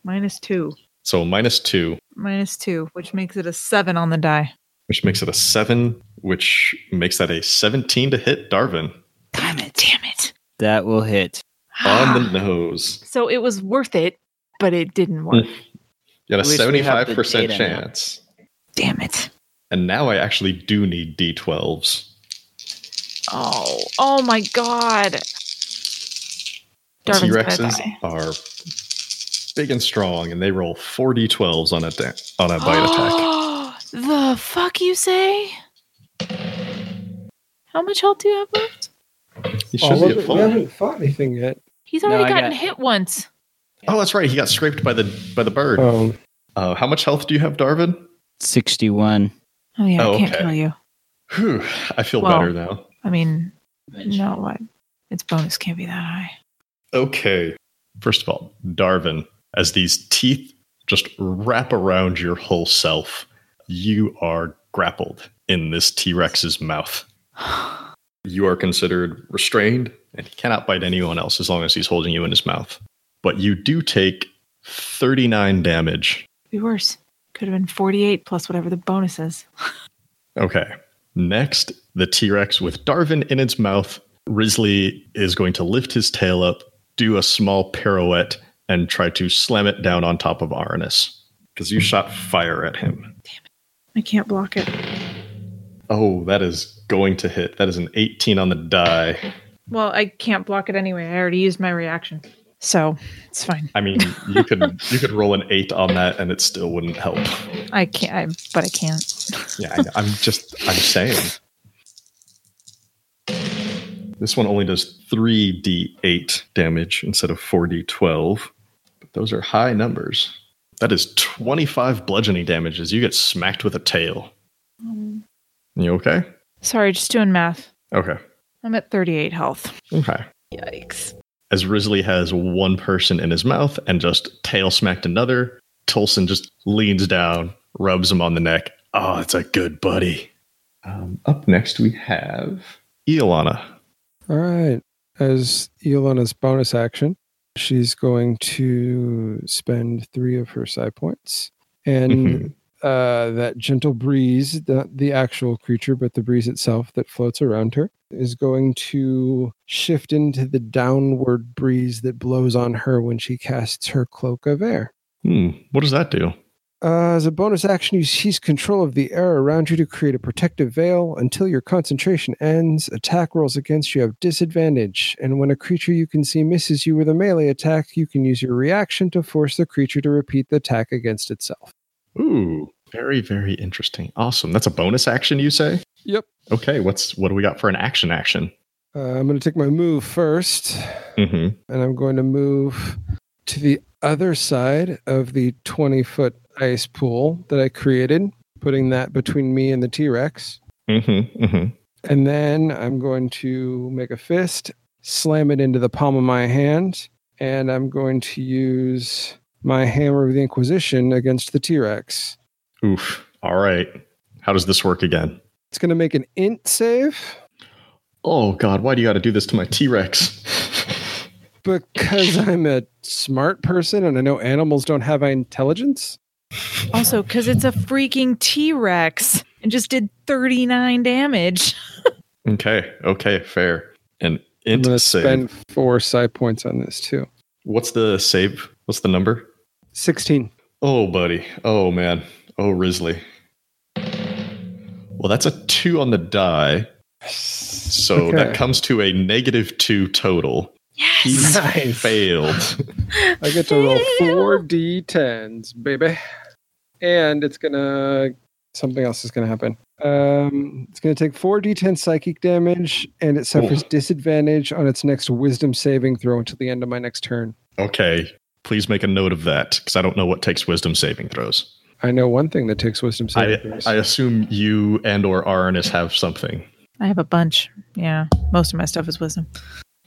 S2: minus two
S1: So minus two,
S2: minus two, which makes it a seven on the die.
S1: which makes it a seven, which makes that a 17 to hit Darwin
S2: Damn it! Damn it!
S5: That will hit.
S1: on
S5: Ah.
S1: the nose.
S2: (sighs) so it was worth it, but it didn't
S1: Hmm.
S2: work.
S1: You had a
S5: At least we have the
S1: 75%
S5: data now.
S1: chance.
S2: Damn it!
S1: And now I actually do need D12s.
S2: Oh, oh my God!
S1: T
S2: Darwin's gonna
S1: Rexes
S2: die.
S1: are big and strong, and they roll four D12s on a, da- on a bite
S5: (gasps)
S1: attack.
S2: (gasps) The fuck you say? How much health do you have left?
S1: He should
S4: All of
S1: be at
S4: it. Oh, We
S1: full.
S4: haven't fought anything yet.
S2: He's
S5: No,
S2: already
S5: I
S2: gotten
S5: got-
S2: hit once.
S1: Oh, that's right. He got scraped by the by the bird.
S4: Oh,
S1: Uh, how much health do you have, Darwin?
S5: Sixty-one.
S2: Oh yeah,
S1: Oh,
S2: I can't
S1: okay.
S2: kill you.
S1: Whew, I feel
S2: Well-
S1: better now.
S2: I mean, no, what? Its bonus can't be that high.
S1: Okay. First of all, Darvin, as these teeth just wrap around your whole self, you are grappled in this T Rex's mouth. You are considered restrained and he cannot bite anyone else as long as he's holding you in his mouth. But you do take 39 damage.
S2: (sighs) Be worse. Could have been forty-eight plus whatever the bonus is.
S1: Okay. Next, the T Rex with Darvin in its mouth. Risley is going to lift his tail up, do a small pirouette, and try to slam it down on top of Arnis because you shot fire at him.
S2: I can't block it.
S1: Oh, that is going to hit. That is an 18 on the die.
S2: Well, I can't block it anyway. I already used my reaction. So it's fine.
S1: I mean, you could you could roll an 8 on that and it still wouldn't help.
S2: I can't, I, but I can't.
S1: Yeah, I, know. I'm just I'm saying. This one only does 3d8 damage instead of 4d12. But those are high numbers. That is 25 bludgeoning damages. You get smacked with a tail.
S2: Um,
S1: You okay?
S2: Sorry, just doing math.
S1: Okay.
S2: I'm at 38 health.
S1: Okay.
S6: Yikes.
S1: as Risley has one person in his mouth and just tail smacked another, Tolson just leans down, rubs him on the neck. Oh, it's a good buddy. Um, up next, we have Iolana.
S4: All right. As Iolana's bonus action, she's going to spend three of her psi points. And
S1: Mhm.
S4: uh, that gentle breeze, not the actual creature, but the breeze itself that floats around her, is going to shift into the downward breeze that blows on her when she casts her cloak of air.
S1: Hmm, what does that do?
S4: Uh, as a bonus action, you seize control of the air around you to create a protective veil until your concentration ends. Attack rolls against you have disadvantage, and when a creature you can see misses you with a melee attack, you can use your reaction to force the creature to repeat the attack against itself.
S1: Ooh, very, very interesting. Awesome. That's a bonus action, you say?
S4: Yep.
S1: Okay, what's what do we got for an action action?
S4: Uh, I'm going to take my move first,
S1: hmm
S4: and I'm going to move to the other side of the 20 foot ice pool that I created, putting that between me and the T Rex.
S1: hmm hmm
S4: And then I'm going to make a fist, slam it into the palm of my hand, and I'm going to use my hammer of the Inquisition against the T Rex.
S1: Oof. All right. How does this work again?
S4: It's going to make an int save
S1: Oh god, why do you gotta do this to my T-Rex? (laughs)
S4: because I'm a smart person and I know animals don't have intelligence.
S2: Also, because it's a freaking T Rex and just did 39 damage.
S1: Okay. Okay. Fair. And
S4: I'm
S1: int
S4: going to
S1: save.
S4: spend four psi points on this too.
S1: What's the save? What's the number?
S4: 16.
S1: Oh, buddy. Oh man. Oh, Risley. Well, that's a two on the die, so that
S4: Okay.
S1: comes to a negative two total. He
S2: Yes.
S1: (laughs) failed.
S4: I get to roll four d10s, baby, and it's gonna something else is gonna happen. Um, it's gonna take four d10 psychic damage, and it suffers disadvantage on its next Wisdom saving throw until the end of my next turn.
S1: Okay. Please make a note of that because I don't know what takes wisdom saving throws.
S4: I know one thing that takes Wisdom
S1: I,
S4: saving throws.
S1: I assume you and or Arnis have something.
S2: (laughs) I have a bunch. Yeah. Most of my stuff is wisdom.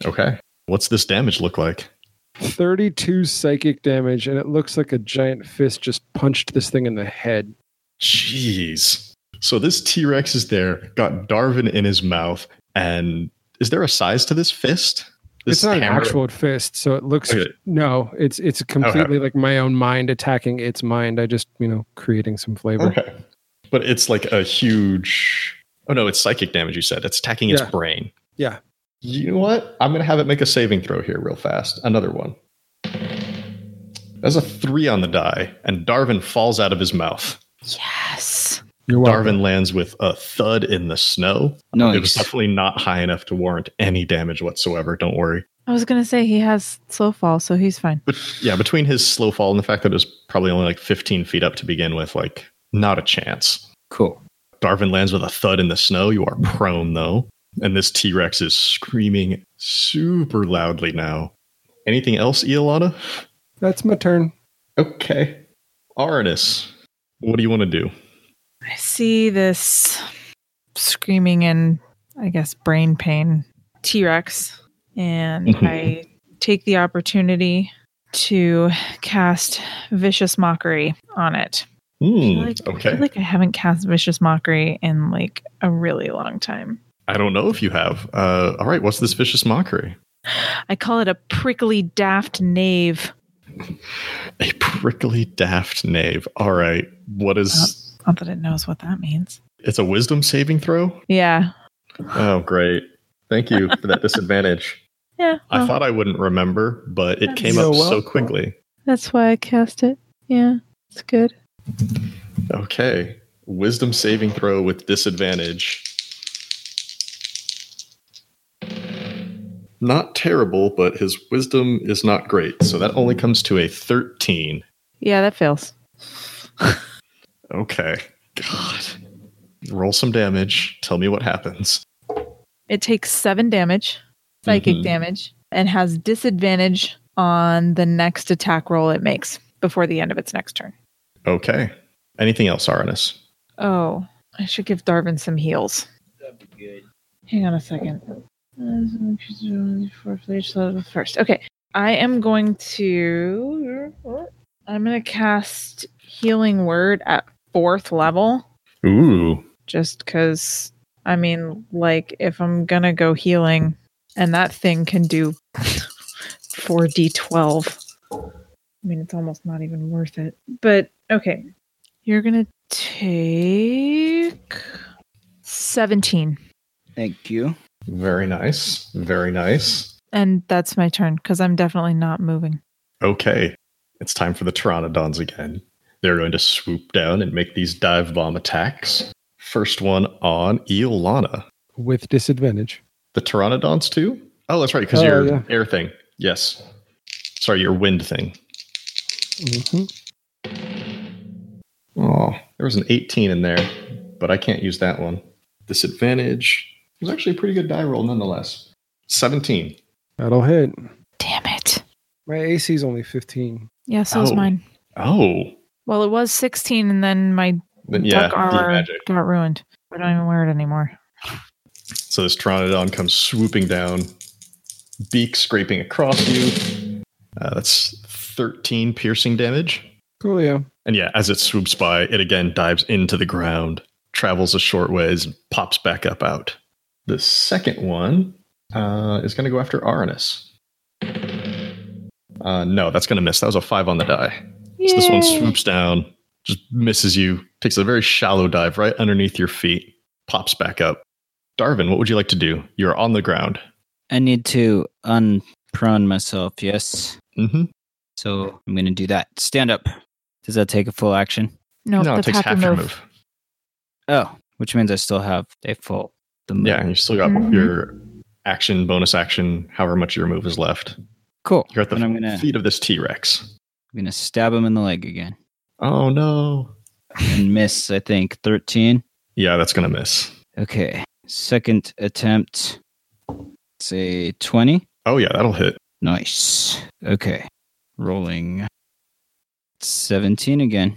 S1: Okay. What's this damage look like?
S4: Thirty-two psychic damage, and it looks like a giant fist just punched this thing in the head.
S1: Jeez. So this T Rex is there, got Darwin in his mouth, and is there a size to this fist? This
S4: it's not an
S1: hammer-
S4: actual fist, so it looks
S1: Okay.
S4: no. It's it's completely like my own mind attacking its mind. I just you know creating some flavor.
S1: (laughs) Okay. But it's like a huge. Oh no, it's psychic damage. You said it's attacking its
S4: Yeah.
S1: brain.
S4: Yeah.
S1: You know what? I'm gonna have it make a saving throw here, real fast. Another one. That's a three on the die, and Darwin falls out of his mouth.
S2: Yes.
S4: You're
S1: Darwin lands with a thud in the snow. It was
S5: Nice.
S1: definitely not high enough to warrant any damage whatsoever. Don't worry.
S2: I was going to say he has slow fall, so he's fine.
S1: But yeah, between his slow fall and the fact that it was probably only like 15 feet up to begin with, like not a chance.
S5: Cool.
S1: Darwin lands with a thud in the snow. You are prone though, and this T Rex is screaming super loudly now. Anything else, Iolana?
S4: That's my turn.
S1: Okay, Aranus, what do you want to do?
S2: I see this screaming and I guess brain pain T Rex, and
S1: Mhm.
S2: I take the opportunity to cast Vicious Mockery on it. I
S1: Hmm.
S2: feel like, I
S1: okay,
S2: feel like I haven't cast Vicious Mockery in like a really long time.
S1: I don't know if you have. Uh, all right, what's this vicious mockery?
S2: I call it a prickly daft knave.
S1: A prickly daft knave. All right, what is?
S2: Not that it knows what that means.
S1: It's a wisdom saving throw.
S2: Yeah.
S1: Oh, great. Thank you for that disadvantage.
S2: Yeah.
S1: I
S2: well,
S1: thought I wouldn't remember, but it
S2: Oh. That's-
S1: came
S4: So
S1: up so
S4: welcome.
S1: quickly.
S2: that's why I cast it. Yeah. It's good.
S1: Okay. Wisdom saving throw with disadvantage. Not terrible, but his wisdom is not great. So that only comes to a 13.
S6: Yeah, that fails.
S1: Okay. God. Roll some damage. Tell me what happens.
S6: It takes seven damage, psychic
S1: Mhm.
S6: damage, and has disadvantage on the next attack roll it makes before the end of its next turn.
S1: Okay. Anything else, Arnis?
S6: Oh, I should give Darvin some heals. Hang on a second. First, okay. I am going to. I'm going to cast Healing Word at fourth level,
S1: Ooh.
S6: just because. I mean, like, if I'm going to go healing, and that thing can do (laughs) 4d12. I mean, it's almost not even worth it. But, okay. You're going to take 17.
S5: Thank you.
S1: Very nice. Very nice.
S6: And that's my turn because I'm definitely not moving.
S1: Okay. It's time for the Pteranodons again. They're going to swoop down and make these dive bomb attacks. First one on Eolana.
S4: With disadvantage.
S1: The pteranodons too? Oh, that's right, because
S4: Oh,
S1: your
S4: yeah.
S1: air thing. Yes. Sorry, your wind thing.
S4: hmm
S1: Oh, there was an 18 in there, but I can't use that one. Disadvantage. It was actually a pretty good die roll nonetheless. 17.
S4: That'll hit.
S2: Damn it.
S4: My AC is only 15.
S2: Yeah, so is
S1: Oh.
S2: mine.
S1: Oh.
S6: Well, it was 16, and then my
S1: Then yeah,
S6: duck armor
S1: magic.
S6: got ruined. I don't even wear it anymore.
S1: So this pteranodon comes swooping down, beak scraping across you. Uh, that's 13 piercing damage.
S4: Cool, yeah.
S1: And yeah, as it swoops by, it again dives into the ground, travels a short ways, and pops back up out. The second one uh, is going to go after Aranus. Uh, no, that's going to miss. That was a five on the die. So this one swoops down, just misses you, takes a very shallow dive right underneath your feet, pops back up. Darvin, what would you like to do? You're on the ground.
S5: I need to unprone myself, yes?
S1: Mm-hmm.
S5: So I'm going to do that. Stand up. Does that take a full action?
S2: Nope,
S1: no, it
S2: that's
S1: takes
S2: half your
S1: half your
S2: move.
S1: move.
S5: Oh, which means I still have a full. The move.
S1: Yeah, and you still got
S2: Mm-hmm.
S6: Mhm.
S1: your action, bonus action, however much of your move is left.
S5: Cool.
S1: You're at the
S5: and I'm gonna
S1: feet of this T Rex.
S5: I'm gonna stab him in the leg again
S1: Oh no.
S5: and miss. I think thirteen.
S1: Yeah, that's gonna miss.
S5: Okay. Second attempt. Say twenty.
S1: Oh yeah, that'll hit.
S5: Nice. Okay. Rolling.
S1: (sighs)
S5: Seventeen again.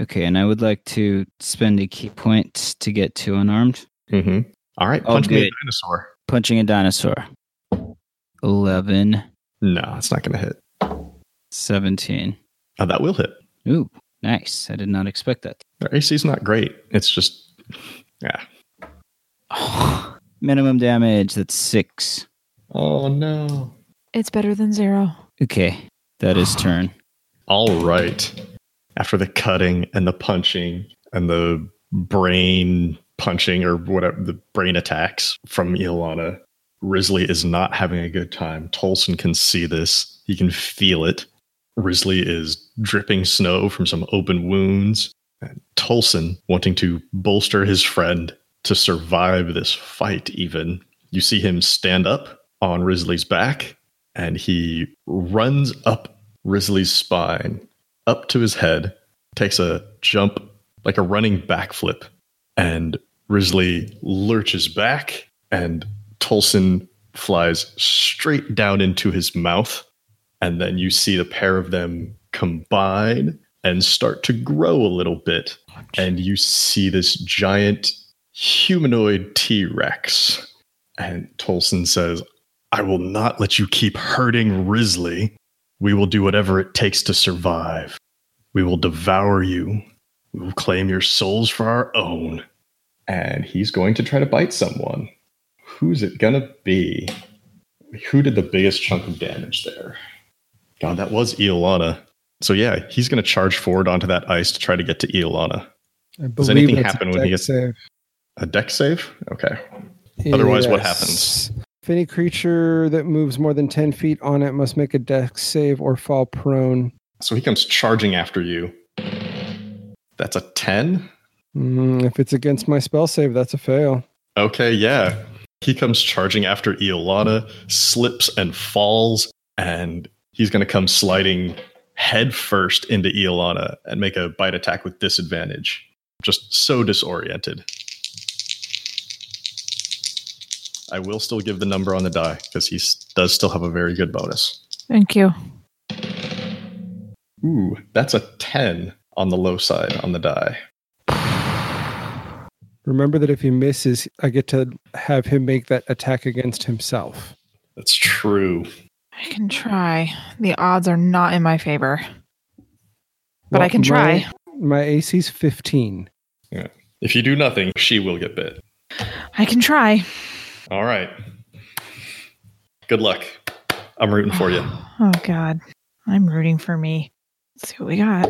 S5: Okay, and I would like to spend a key point to get to unarmed.
S1: Mm-hmm. All right,
S5: Oh,
S1: punch me a
S5: good.
S1: dinosaur.
S5: Punching a dinosaur. 11,
S1: No, it's not gonna hit.
S5: 17.
S1: Uh, that will hit.
S5: Ooh, nice. I did not expect that. (sighs)
S1: Their AC's not great. It's just yeah.
S5: Minimum damage, that's six.
S1: Oh no.
S2: It's better than zero.
S5: Okay,
S1: (sighs)
S5: that is turn.
S1: All right. After the cutting and the punching and the brain punching or whatever the brain attacks from Ilana, Risley is not having a good time. Tolson can see this. He can feel it. Risley is dripping snow from some open wounds. And Tolson, wanting to bolster his friend to survive this fight, even. You see him stand up on Risley's back and he runs up Risley's spine up to his head, takes a jump, like a running backflip, and Risley lurches back, and Tolson flies straight down into his mouth. And then you see the pair of them combine and start to grow a little bit. And you see this giant humanoid T Rex. And Tolson says, I will not let you keep hurting Risley. We will do whatever it takes to survive. We will devour you. We will claim your souls for our own. And he's going to try to bite someone. Who's it gonna be? Who did the biggest chunk of damage there? God, that was Iolana. So yeah, he's gonna charge forward onto that ice to try to get to Iolana.
S4: I believe
S1: anything
S4: that's a
S1: happen when
S4: dex
S1: he gets-
S4: save.
S1: A deck save? Okay. Otherwise, what happens?
S4: If any creature that moves more than 10 feet on it must make a dex save or fall prone.
S1: So he comes charging after you. That's a 10?
S4: Mm, if it's against my spell save, that's a fail.
S1: Okay, yeah. He comes charging after Iolana, slips and falls, and he's going to come sliding head first into Iolana and make a bite attack with disadvantage. Just so disoriented. I will still give the number on the die because he s- does still have a very good bonus.
S2: Thank you.
S1: Ooh, that's a 10 on the low side on the die.
S4: Remember that if he misses, I get to have him make that attack against himself.
S1: That's true.
S2: I can try. The odds are not in my favor, but I
S4: Well,
S2: can
S4: my-
S2: try.
S4: My AC's 15.
S1: If you do nothing, she will get bit.
S2: I can try.
S1: All right. Good luck. I'm rooting for you.
S2: (sighs) Oh God, I'm rooting for me. Let's see what we got.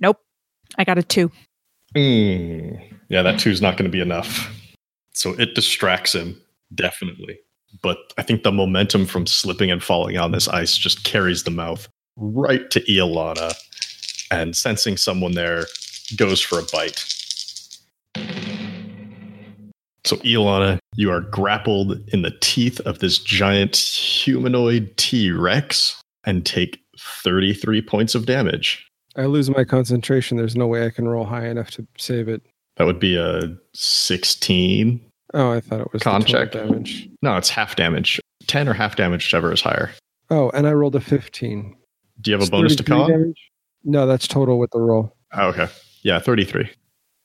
S2: Nope, I got a two.
S1: Mm. Yeah, that two's not going to be enough. So it distracts him, definitely. But I think the momentum from slipping and falling on this ice just carries the mouth right to Iolana. And sensing someone there goes for a bite. So, Iolana, you are grappled in the teeth of this giant humanoid T Rex and take 33 points of damage.
S4: I lose my concentration. There's no way I can roll high enough to save it.
S1: That would be a 16.
S4: Oh, I thought it was the
S1: Con
S4: total
S1: check.
S4: damage.
S1: No, it's half damage. 10 or half damage, whichever is higher.
S4: Oh, and I rolled a 15.
S1: Do you have a
S4: It's
S1: bonus to
S4: 33
S1: con?
S4: damage? No, that's total with the roll.
S1: Oh, okay. Yeah, 33.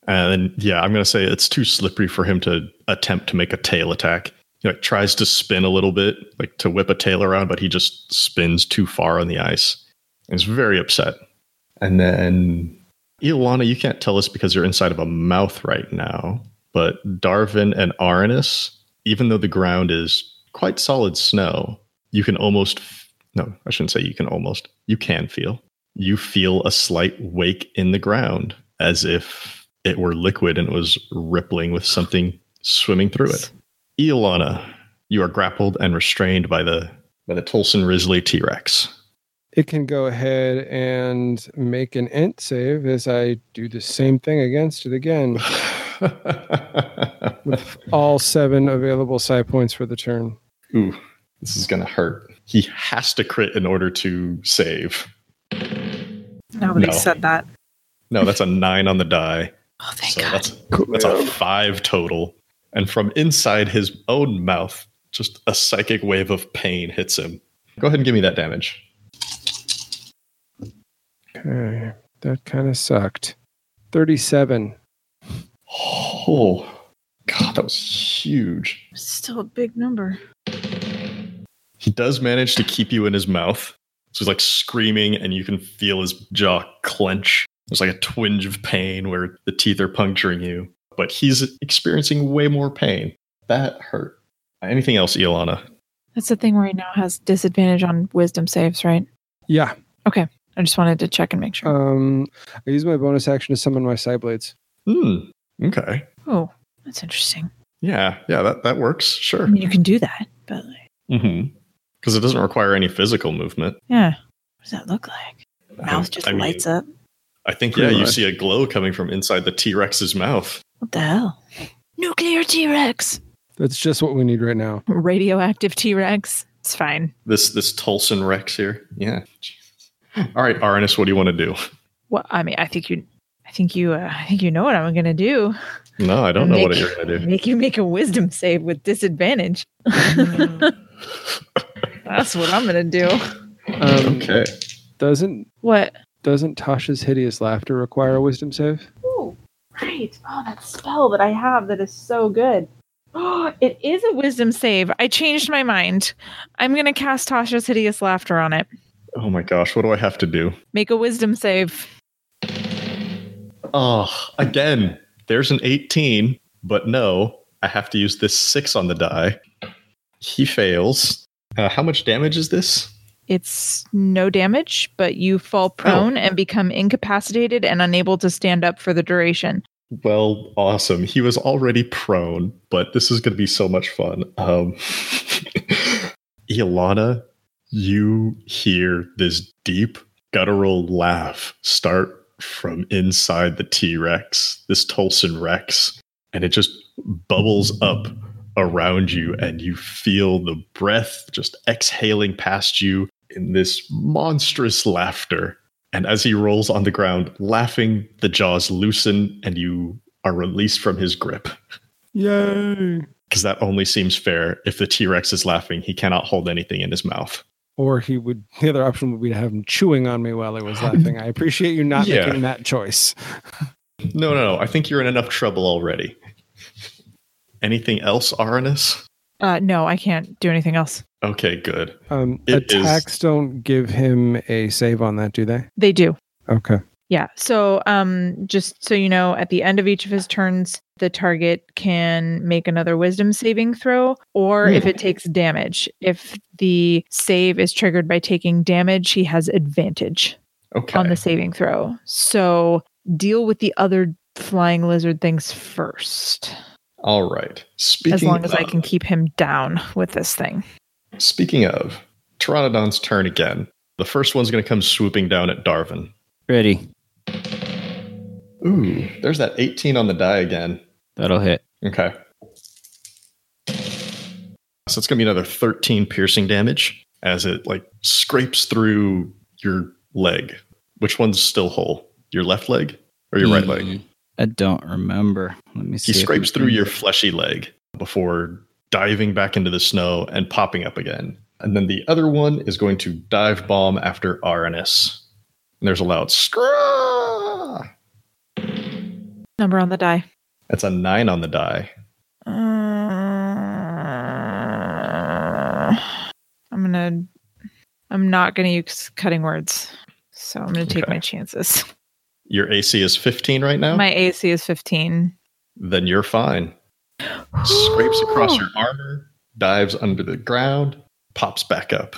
S1: And then, yeah, I'm going to say it's too slippery for him to attempt to make a tail attack. He like, tries to spin a little bit, like to whip a tail around, but he just spins too far on the ice. He's very upset. And then, Iolana, you can't tell us because you're inside of a mouth right now, but Darvin and Aranus, even though the ground is quite solid snow, you can almost, f- no, I shouldn't say you can almost, you can feel you feel a slight wake in the ground as if it were liquid and it was rippling with something swimming through it. Iolana, you are grappled and restrained by the by the Tolson Risley T Rex.
S4: It can go ahead and make an int save as I do the same thing against
S1: (laughs)
S4: it again. With all seven available side points for the turn.
S1: (laughs) Ooh, this is gonna hurt. He has to crit in order to save.
S6: Nobody
S1: No.
S6: said that.
S1: No, that's a nine on the die.
S2: Oh thank
S1: so
S2: God.
S1: that's that's a five total. And from inside his own mouth, just a psychic wave of pain hits him. Go ahead and give me that damage.
S4: Okay, that kind of sucked. 37.
S1: Oh, God, that was huge.
S6: It's still a big number.
S1: He does manage to keep you in his mouth. So he's like screaming, and you can feel his jaw clench. There's like a twinge of pain where the teeth are puncturing you, but he's experiencing way more pain. That hurt. Anything else, Iolana?
S2: That's the thing where he now has disadvantage on wisdom saves, right?
S4: Yeah,
S2: I just wanted to check and make
S1: Uh,
S2: sure.
S4: um, I use my bonus action to summon my side blades.
S1: Hmm. Okay.
S2: oh, that's interesting.
S1: Yeah. Yeah. That, that works. Sure.
S2: I mean, you can do that, but like,
S1: Mm-hmm. Because it doesn't require any physical movement.
S2: yeah.
S6: What does that look like?
S1: Um,
S6: Mouth just
S1: I mean,
S6: lights up.
S1: I think yeah,
S4: Pretty
S1: you
S4: much.
S1: see a glow coming from inside the T Rex's mouth.
S6: What the hell?
S2: Nuclear T Rex,
S4: That's just what we need right now.
S2: radioactive T Rex. It's fine.
S1: This this Tulson Rex here. Yeah. Jesus. All right, Arnis, what do you want to do?
S2: Well, I mean, I think you, I think you, uh, I think you know what I'm gonna do.
S1: No, I don't know what
S6: Make-
S1: you're gonna do.
S6: Make you make a wisdom save with disadvantage.
S2: (laughs)
S6: That's what I'm gonna do.
S4: Um,
S1: Okay.
S4: Doesn't
S2: What?
S4: doesn't Tasha's hideous laughter require a wisdom save?
S6: Right. Oh, that spell that I have that is so good.
S2: Oh, (gasps) it is a wisdom save. I changed my mind. I'm gonna cast Tasha's hideous laughter on it.
S1: Oh my gosh, what do I have to do?
S2: Make a wisdom save.
S1: Oh, again, there's an 18, but no, I have to use this six on the die. He fails. Uh, how much damage is this?
S2: It's no damage, but you fall prone and become incapacitated and unable to stand up for the duration.
S1: Well, awesome. He was already prone, but this is going to be so much fun. Um, (laughs) Ilana, you hear this deep, guttural laugh start from inside the T Rex, this Tolson Rex, and it just bubbles up around you, and you feel the breath just exhaling past you in this monstrous laughter. And as he rolls on the ground, laughing, the jaws loosen, and you are released from his grip.
S7: Yay!
S1: Because that only seems fair. If the T Rex is laughing, he cannot hold anything in his mouth.
S4: Or he would. The other option would be to have him chewing on me while I was laughing. I appreciate you
S1: (laughs)
S4: not
S1: Yeah.
S4: making that choice.
S1: No, no, no. I think you're in enough trouble already. Anything else, Aranus?
S2: Uh, no, I can't do anything else.
S1: Okay, good.
S4: Um,
S1: It is-
S4: attacks don't give him a save on that, do they?
S2: They do.
S4: Okay.
S2: Yeah. So, um, just so you know, at the end of each of his turns, the target can make another wisdom saving throw, or if it takes damage. If the save is triggered by taking damage, he has advantage
S1: Okay.
S2: on the saving throw. So, deal with the other flying lizard things first,
S1: All right. Speaking
S2: as long as I
S1: of-
S2: can keep him down with this thing.
S1: Speaking of, Pteranodon's turn again. The first one's going to come swooping down at Darwin.
S5: Ready.
S1: Ooh, there's that 18 on the die again.
S5: That'll hit.
S1: Okay. So it's going to be another 13 piercing damage as it like scrapes through your leg. Which one's still whole? Your left leg or your right leg?
S5: Hmm. I don't remember. Let me Mm, see.
S1: He
S5: if
S1: scrapes
S5: I
S1: through
S5: can-
S1: your fleshy leg before diving back into the snow and popping up again. And then the other one is going to dive bomb after Aranus. And there's a loud scra.
S2: Number on the die.
S1: That's a nine on the die.
S2: Uh, I'm gonna. I'm not gonna use cutting words, so I'm gonna take
S1: Okay.
S2: my chances.
S1: Your AC is 15 right now.
S2: My AC is 15.
S1: then you're fine. Scrapes
S2: Oh.
S1: across
S2: (gasps)
S1: your armor, dives under the ground, pops back up.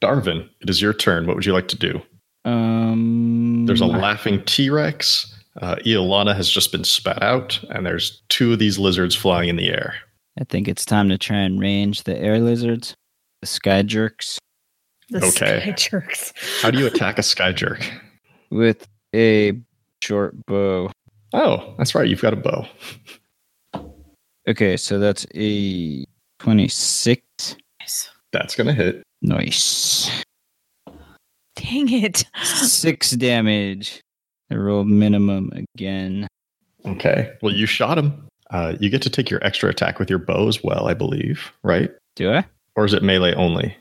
S1: Darvin, it is your turn. What would you like to do?
S5: Um,
S1: There's a laughing T Rex. Uh, Iolana has just been spat out, and there's two of these lizards flying in the air.
S5: I think it's time to try and range the air lizards, the sky jerks,
S8: The
S1: Okay.
S8: sky jerks.
S1: How do you attack a sky jerk?
S5: with a short bow.
S1: Oh, that's right. You've got a bow.
S5: Okay, so that's a 26.
S1: That's going to hit. (gasps)
S5: Nice.
S8: Dang it.
S5: Six damage. I rolled minimum again.
S1: Okay. Well, you shot him. Uh, you get to take your extra attack with your bow as well, I believe, right?
S5: Do I?
S1: Or is it melee only?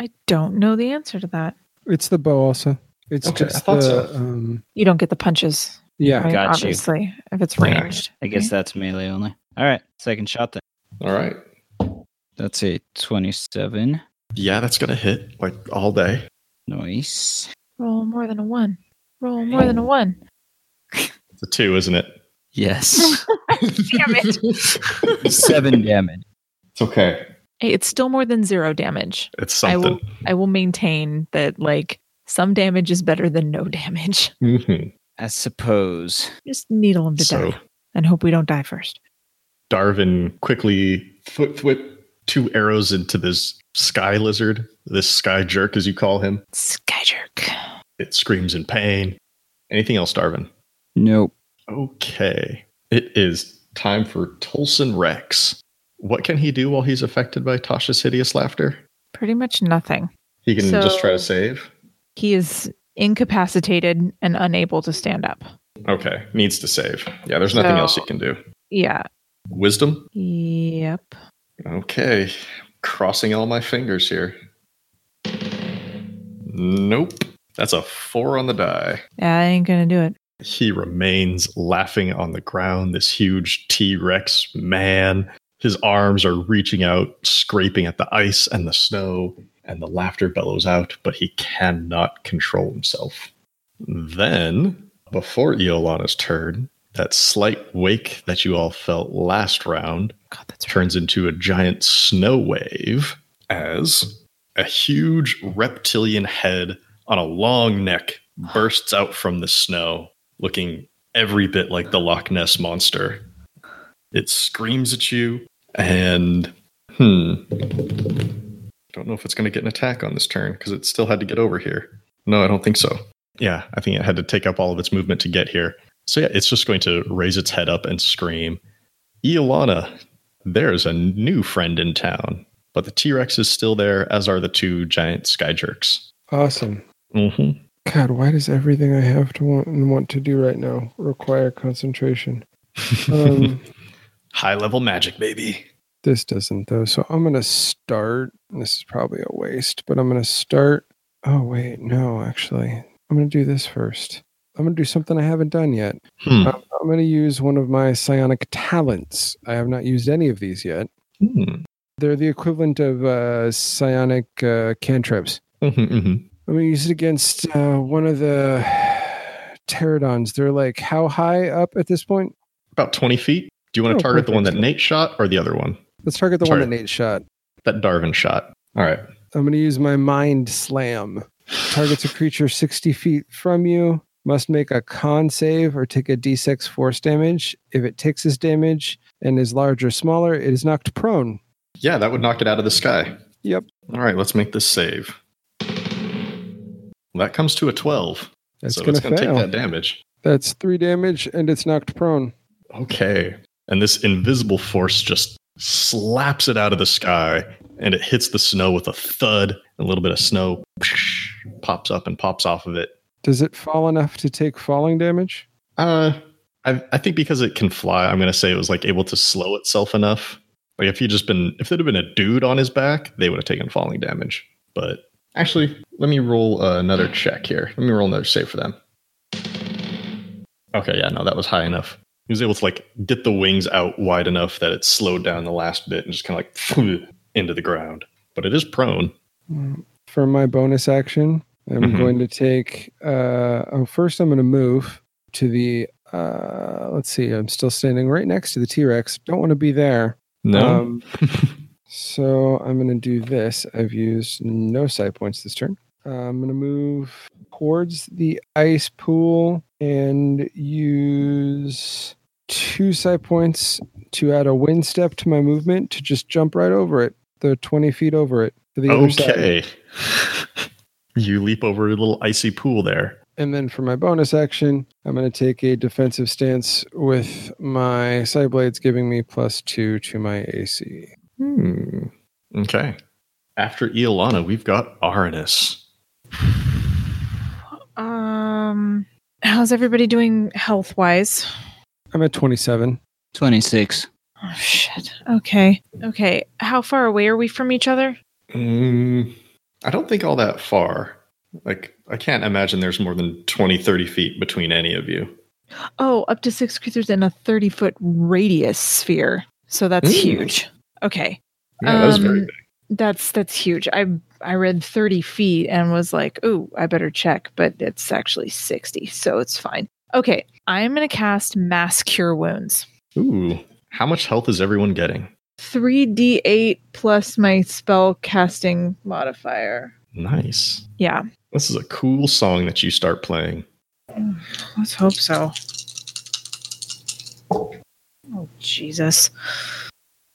S2: I don't know the answer to that.
S4: It's the bow also. It's
S1: Okay, I
S4: just
S1: thought
S4: the.
S1: so.
S4: Um,
S2: You don't get the punches,
S4: yeah.
S2: right?
S5: Got you.
S2: Obviously, if it's
S1: Yeah.
S2: ranged.
S5: I guess that's melee only. All right, second shot then.
S1: All right.
S5: That's a 27.
S1: Yeah, that's going to hit like all day.
S5: Nice.
S2: Roll more than a one. Roll more than a one.
S1: It's a two, isn't it?
S5: Yes.
S2: Damn it.
S5: Seven damage.
S1: It's okay.
S2: Hey, it's still more than zero damage.
S1: It's
S2: I
S1: something.
S2: will. I will maintain that like some damage is better than no damage. (laughs)
S1: Mhm.
S5: I suppose.
S2: Just needle him to
S1: So,
S2: death and hope we don't die first.
S1: Darvin quickly thwip, thwip two arrows into this sky lizard, this sky jerk, as you call him.
S2: Skyjerk.
S1: It screams in pain. Anything else, Darvin?
S5: Nope.
S1: Okay. It is time for Tolson Rex. What can he do while he's affected by Tasha's hideous laughter?
S2: Pretty much nothing.
S1: He can just try to
S2: So-
S1: save.
S2: He is incapacitated and unable to stand up.
S1: Okay. Needs to save. Yeah, there's nothing
S2: So-
S1: else he can do.
S2: Yeah.
S1: Wisdom?
S2: Yep.
S1: Okay. Crossing all my fingers here. Nope. That's a four on the die.
S2: I ain't gonna do it.
S1: He remains laughing on the ground, this huge T Rex man. His arms are reaching out, scraping at the ice and the snow, and the laughter bellows out, but he cannot control himself. Then, before Iolana's turn, that slight wake that you all felt last round
S2: God, that's right.
S1: turns into a giant snow wave as a huge reptilian head on a long neck bursts out from the snow, looking every bit like the Loch Ness monster. It screams at you, and hmm. Don't know if it's going to get an attack on this turn because it still had to get over here. No, I don't think so. Yeah, I think it had to take up all of its movement to get here. So yeah, it's just going to raise its head up and scream, Iolana, there's a new friend in town. But the T Rex is still there, as are the two giant sky jerks.
S4: Awesome.
S1: hmm
S4: God, why does everything I have to want and want to do right now require concentration? Um,
S1: (laughs) High level magic, baby.
S4: this doesn't though. So I'm gonna start. and This is probably a waste, but I'm gonna start. Oh wait, no, actually, I'm gonna do this first. I'm gonna do something I haven't done yet.
S1: Hmm.
S4: Um, I'm gonna use one of my psionic talents. I have not used any of these yet.
S1: Hmm.
S4: They're the equivalent of uh, psionic uh, cantrips.
S1: Mhm, mhm.
S4: I'm gonna use it against uh, one of the (sighs) pterodons. They're like how high up at this point?
S1: About 20 feet. Do you want to
S4: Oh,
S1: target the one that
S4: perfect.
S1: Nate shot or the other one?
S4: Let's target the
S1: Sorry.
S4: one that Nate shot.
S1: That Darwin shot. All right.
S4: I'm going to use my mind slam. Targets a creature 60 feet from you. Must make a con save or take a d6 force damage. If it takes this damage and is large or smaller, it is knocked prone.
S1: Yeah, that would knock it out of the sky.
S4: Yep.
S1: All right, let's make this save. That comes to a 12.
S4: That's
S1: so
S4: going
S1: it's
S4: to
S1: going to take
S4: fail.
S1: that damage.
S4: That's three damage and it's knocked prone.
S1: Okay. And this invisible force just slaps it out of the sky and it hits the snow with a thud. A little bit of snow pops up and pops off of it.
S4: Does it fall enough to take falling damage?
S1: Uh, I, I think because it can fly, I'm going to say it was like able to slow itself enough. Like if he'd just been, if there'd have been a dude on his back, they would have taken falling damage. But actually, let me roll uh, another check here. Let me roll another save for them. Okay, yeah, no, that was high enough. He was able to like get the wings out wide enough that it slowed down the last bit and just kind of like (laughs) into the ground. But it is prone.
S4: Mm. For my bonus action, I'm
S1: Mhm.
S4: going to take. Uh, oh, first, I'm going to move to the. Uh, let's see. I'm still standing right next to the T Rex. Don't want to be there. Um, so I'm going to do this. I've used no side points this turn. Uh, I'm going to move towards the ice pool and use two side points to add a wind step to my movement to just jump right over it, the 20 feet over it to the other side.
S1: okay. (laughs) you leap over a little icy pool there.
S4: And then for my bonus action, I'm going to take a defensive stance with my side blades, giving me plus two to my AC.
S1: Hmm. Okay. After Iolana, we've got Aranus.
S2: Um, how's everybody doing health wise?
S4: I'm at 27.
S5: 26.
S2: Oh shit. Okay. Okay. How far away are we from each other?
S1: Mm, I don't think all that far. Like, I can't imagine there's more than 20, 30 feet between any of you.
S2: Oh, up to six creatures in a thirty foot radius sphere. So that's
S1: Mm.
S2: huge. Okay.
S1: Yeah, that's very
S2: Um,
S1: big.
S2: That's that's huge. I I read 30 feet and was like, "Ooh, I better check," but it's actually 60, so it's fine. Okay, I'm going to cast Mass Cure Wounds.
S1: Ooh. How much health is everyone getting?
S2: 3d8 plus my spell casting modifier.
S1: Nice.
S2: Yeah,
S1: This is a cool song that you start playing.
S2: let's hope so. Oh, Jesus.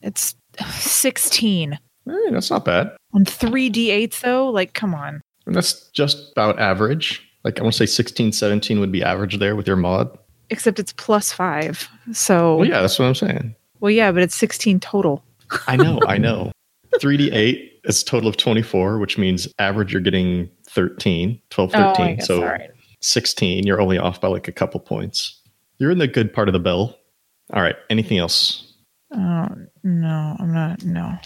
S2: It's 16.
S1: Hey, Eh, that's not bad.
S2: On 3d8s though, like come on.
S1: And that's just about average. Like, I want to say 16, 17 would be average there with your mod.
S2: Except it's plus 5. So,
S1: Well, yeah, that's what I'm saying.
S2: well yeah, but it's 16 total.
S1: I know, I know. 3d8 is a total of 24, which means average you're getting 13, 12, 13.
S2: oh, I guess,
S1: so
S2: all right.
S1: 16, you're only off by like a couple points. You're in the good part of the bell. All right, anything else?
S2: Oh no, I'm not. No,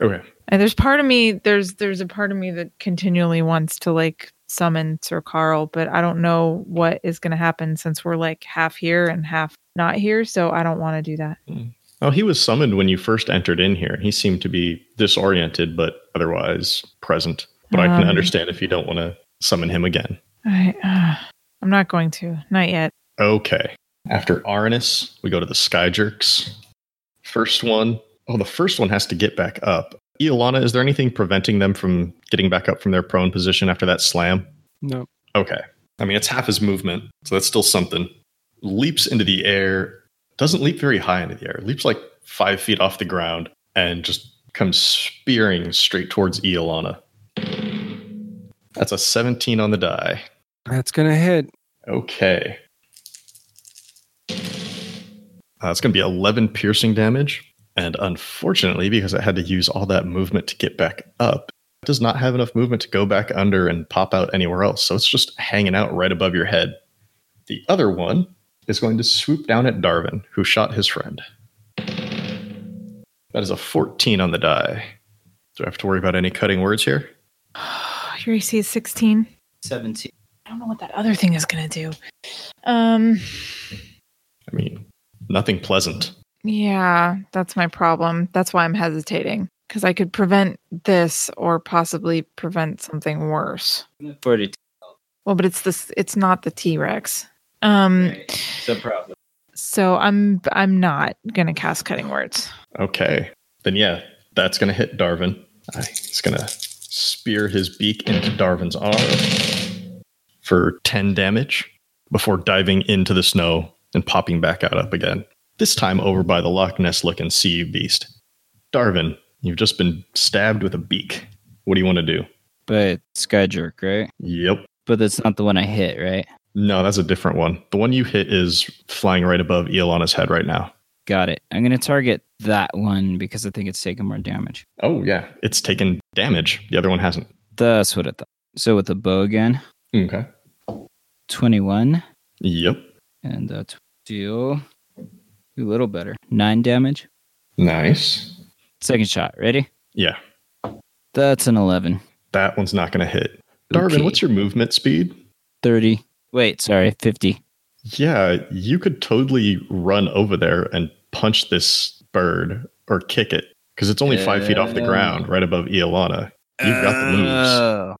S1: Okay.
S2: and there's part of me. There's there's a part of me that continually wants to like summon Sir Carl, but I don't know what is going to happen since we're like half here and half not here. So I don't want to do that.
S1: Oh, he was summoned when you first entered in here. He seemed to be disoriented, but otherwise present. But I can
S2: Um.
S1: understand if you don't want to summon him again.
S2: I, uh, (sighs) I'm not going to. Not yet. (sighs)
S1: Okay. After Arnis, we go to the Sky Jerks. First one. Oh, the first one has to get back up. Iolana, is there anything preventing them from getting back up from their prone position after that slam?
S4: No.
S1: Okay. I mean, it's half his movement, so that's still something. Leaps into the air, doesn't leap very high into the air, leaps like five feet off the ground and just comes spearing straight towards Iolana. That's a 17 on the die.
S3: That's gonna hit.
S1: Okay. Uh, it's going to be 11 piercing damage. And unfortunately, because it had to use all that movement to get back up, it does not have enough movement to go back under and pop out anywhere else. So it's just hanging out right above your head. The other one is going to swoop down at Darwin, who shot his friend. That is a 14 on the die. Do I have to worry about any cutting words here?
S9: Your AC is 16.
S5: 17.
S9: I don't know what that other thing is going to do. Um,
S1: I mean, nothing pleasant.
S2: Yeah, that's my problem. That's why I'm hesitating because I could prevent this or possibly prevent something worse.
S5: 42.
S2: Well, but it's this. It's not the T Rex. Um,
S5: It's a problem.
S2: so I'm I'm not gonna cast cutting words.
S1: Okay. Then yeah, that's gonna hit Darwin. I- It's gonna spear his beak into Darwin's arm for 10 damage before diving into the snow and popping back out up again. This time over by the Loch Ness looking sea beast. Darwin, you've just been stabbed with a beak. What do you want to do?
S5: But Sky Jerk, right?
S1: Yep.
S5: But that's not the one I hit, right?
S1: No, that's a different one. The one you hit is flying right above Iolana's head right now.
S5: Got it. I'm going to target that one because I think it's taking more damage.
S1: Oh, yeah. It's taken damage. The other one hasn't.
S5: That's what I thought. So with the bow again,
S1: Okay.
S5: 21
S1: Yep.
S5: and uh, do a little better. Nine damage.
S1: Nice.
S5: Second shot. Ready?
S1: Yeah.
S5: That's an 11.
S1: That one's not going to hit. Darvin,
S5: Okay.
S1: what's your movement speed?
S5: 30. Wait, sorry, 50.
S1: Yeah, you could totally run over there and punch this bird or kick it because it's only five feet off the
S5: Uh.
S1: ground, right above Iolana. You've got the moves.
S5: Oh.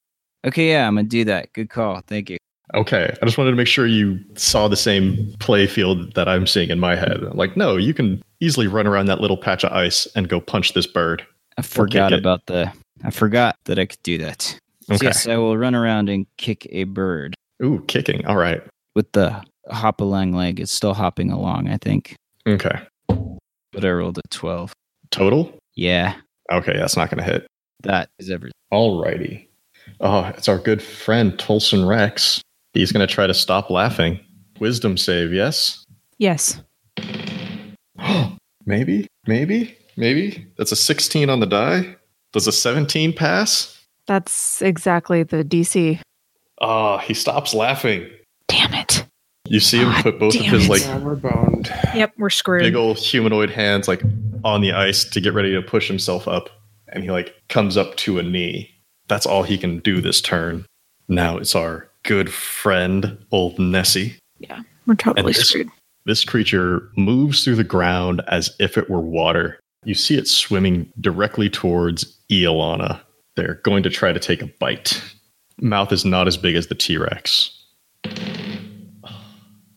S5: Okay, yeah, I'm going to do that. Good call. Thank you.
S1: Okay, I just wanted to make sure you saw the same play field that I'm seeing in my head. Like, no, you can easily run around that little patch of ice and go punch this bird.
S5: I forgot
S1: kick it.
S5: about the. I forgot that I could do that. So
S1: Okay.
S5: yes, I will run around and kick a bird
S1: Ooh, kicking. All right.
S5: with the hop along leg. It's still hopping along, I think.
S1: Okay.
S5: But I rolled a 12.
S1: Total?
S5: Yeah,
S1: Okay, that's not going to hit.
S5: that is everything.
S1: Alrighty. Oh, it's our good friend Tolson Rex. He's gonna try to stop laughing. Wisdom save, yes? (gasps)
S6: Yes.
S1: maybe, maybe, maybe. That's a 16 on the die. Does a 17 pass?
S2: That's exactly the DC.
S1: Ah, he stops laughing.
S9: damn it.
S1: You see him put both of
S9: damn
S1: his
S9: it.
S1: like
S4: Yeah, we're boned.
S9: Yep, we're screwed.
S1: big old humanoid hands like on the ice to get ready to push himself up, and he like comes up to a knee. That's all he can do this turn. Now it's our good friend, old Nessie.
S9: we're totally
S1: And this-
S9: screwed.
S1: This creature moves through the ground as if it were water. You see it swimming directly towards Iolana. They're going to try to take a bite. Mouth is not as big as the T Rex.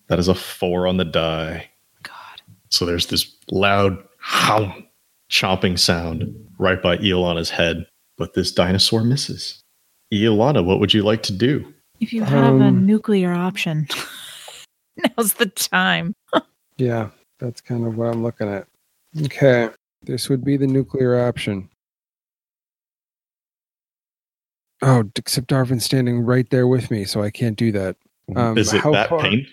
S1: That is a four on the die.
S9: God.
S1: So there's this loud howl, chomping sound right by Iolana's head, but this dinosaur misses. Iolana, what would you like to do?
S9: If you have a
S4: Um,
S9: nuclear option, (laughs) now's the time.
S4: Yeah, that's kind of what I'm looking at. Okay, this would be the nuclear option.
S3: Oh,
S4: Except Darvin's standing right there with me, so I can't do that. Um,
S1: Is it
S4: how
S1: that
S4: far-
S1: pain?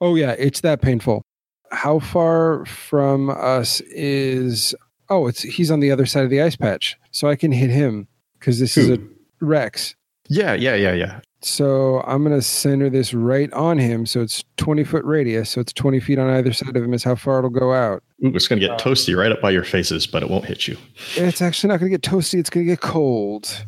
S4: Oh yeah, it's that painful. How far from us is? Oh, it's he's on the other side of the ice patch, so I can hit him because this is a Rex.
S1: Yeah, yeah, yeah, yeah.
S4: So I'm gonna center this right on him. So it's 20 foot radius. So it's 20 feet on either side of him is how far it'll go out.
S1: Ooh, it's going to get toasty right up by your faces, but it won't hit
S4: (clears throat)
S1: you.
S4: It's actually not gonna get toasty. It's gonna get cold.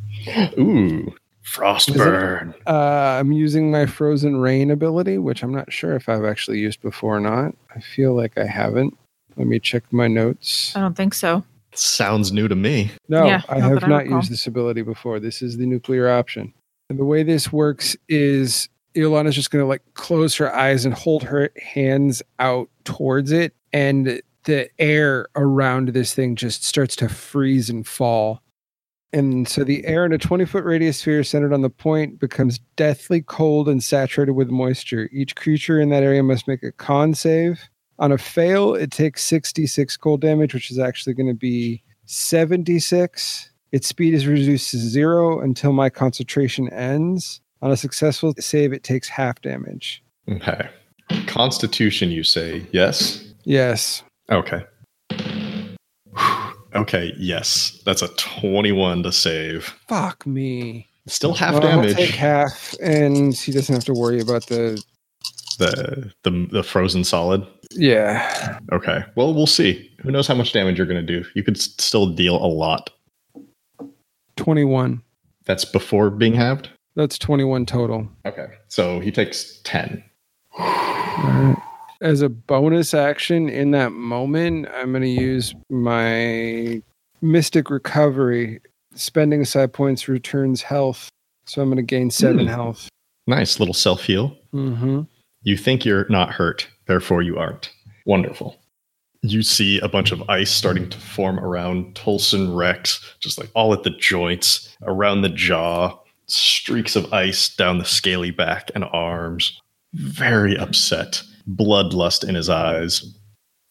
S1: Ooh,
S4: Is it-
S1: frostburn.
S4: Uh, I'm using my frozen rain ability, which I'm not sure if I've actually used before or not. I feel like I haven't. Let me check my notes.
S2: I don't think so.
S1: Sounds new to me.
S4: No,
S2: Yeah,
S4: I
S2: not
S4: have
S2: that I
S4: not
S2: recall.
S4: used this ability before. This is the nuclear option. And the way this works is Ilana's just going to like close her eyes and hold her hands out towards it. And the air around this thing just starts to freeze and fall. And so the air in a 20 foot radius sphere centered on the point becomes deathly cold and saturated with moisture. Each creature in that area must make a con save. On a fail, it takes 66 cold damage, which is actually going to be 76. Its speed is reduced to zero until my concentration ends. On a successful save, it takes half damage.
S1: Okay. Constitution, you say yes?
S4: Yes.
S1: Okay. (sighs) Whew. Okay, yes. That's a 21 to save.
S4: Fuck me.
S1: Still half
S4: Well, I'll
S1: damage.
S4: take half, and he doesn't have to worry about the.
S1: The, the the frozen solid.
S4: Yeah.
S1: Okay. Well, we'll see. Who knows how much damage you're going to do? You could s- still deal a lot.
S4: 21.
S1: That's before being halved.
S4: That's 21 total.
S1: Okay. So he takes 10.
S4: As a bonus action in that moment, I'm going to use my Mystic Recovery. Spending side points returns health. So I'm going to gain seven
S1: Hmm.
S4: health.
S1: Nice little self heal.
S4: Mm-hmm.
S1: You think you're not hurt, therefore you aren't. Wonderful. You see a bunch of ice starting to form around Tolson Rex, just like all at the joints, around the jaw, streaks of ice down the scaly back and arms. Very upset, bloodlust in his eyes.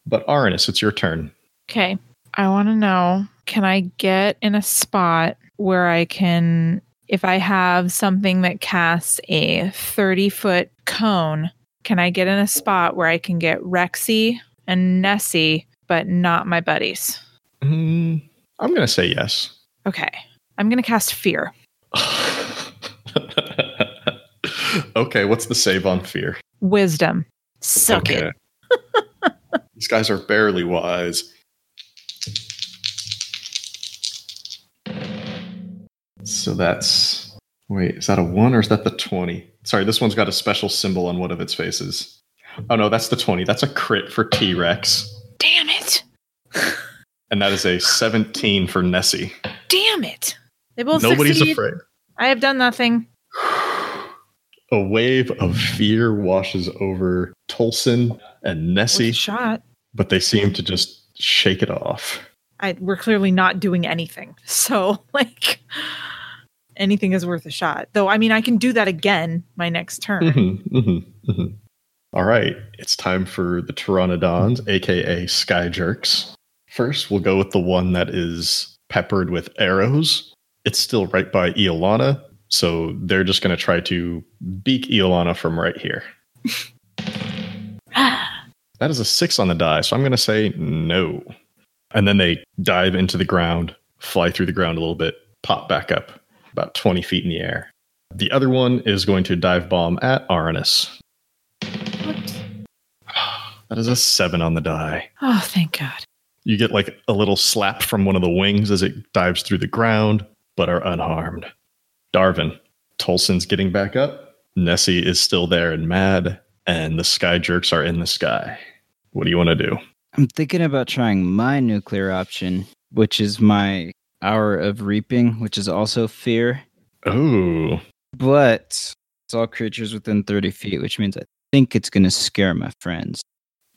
S1: But Aranus, it's your turn.
S9: Okay.
S6: I want to know can I get in a spot where I can, if I have something that casts a 30 foot cone, can I get in a spot where I can get Rexy and Nessie, but not my buddies?
S1: Mm, I'm going to say yes. (laughs)
S6: Okay. I'm going to cast Fear.
S1: okay, what's the save on fear?
S6: Wisdom.
S9: Suck it.
S1: These guys are barely wise. So that's wait, is that a one or is that the twenty? Sorry, this one's got a special symbol on one of its faces. Oh no, that's the twenty. That's a crit for T Rex.
S9: Damn it.
S1: And that is a 17 for Nessie.
S9: Damn it.
S6: They both
S1: Nobody's
S6: succeed.
S1: afraid.
S6: I have done nothing.
S1: A wave of fear washes over Tolson and
S6: With a
S1: Nessie,
S6: shot.
S1: but they seem to just shake it off.
S6: I, we're clearly not doing anything. (laughs) So, like, anything is worth a shot. Though, I mean, I can do that again my next
S4: (laughs)
S6: turn. (gasps)
S1: Mm-hmm, mm-hmm, mm-hmm. All right, it's time for the Pteranodons, aka Sky Jerks. First, we'll go with the one that is peppered with arrows. It's still right by Iolana, so they're just going to try to beak Iolana from right here. that is a six on the die, so I'm going to say no. And then they dive into the ground, fly through the ground a little bit, pop back up about 20 feet in the air. The other one is going to dive bomb at Aranus. That is a seven on the die.
S9: Oh, thank God.
S1: You get like a little slap from one of the wings as it dives through the ground, but are unharmed. Darvin, Tolson's getting back up. Nessie is still there and mad, and the sky jerks are in the sky. What do you want to do?
S5: I'm thinking about trying my nuclear option, which is my hour of reaping, which is also fear.
S1: Oh,
S5: But it's all creatures within 30 feet, which means I think it's going to scare my friends.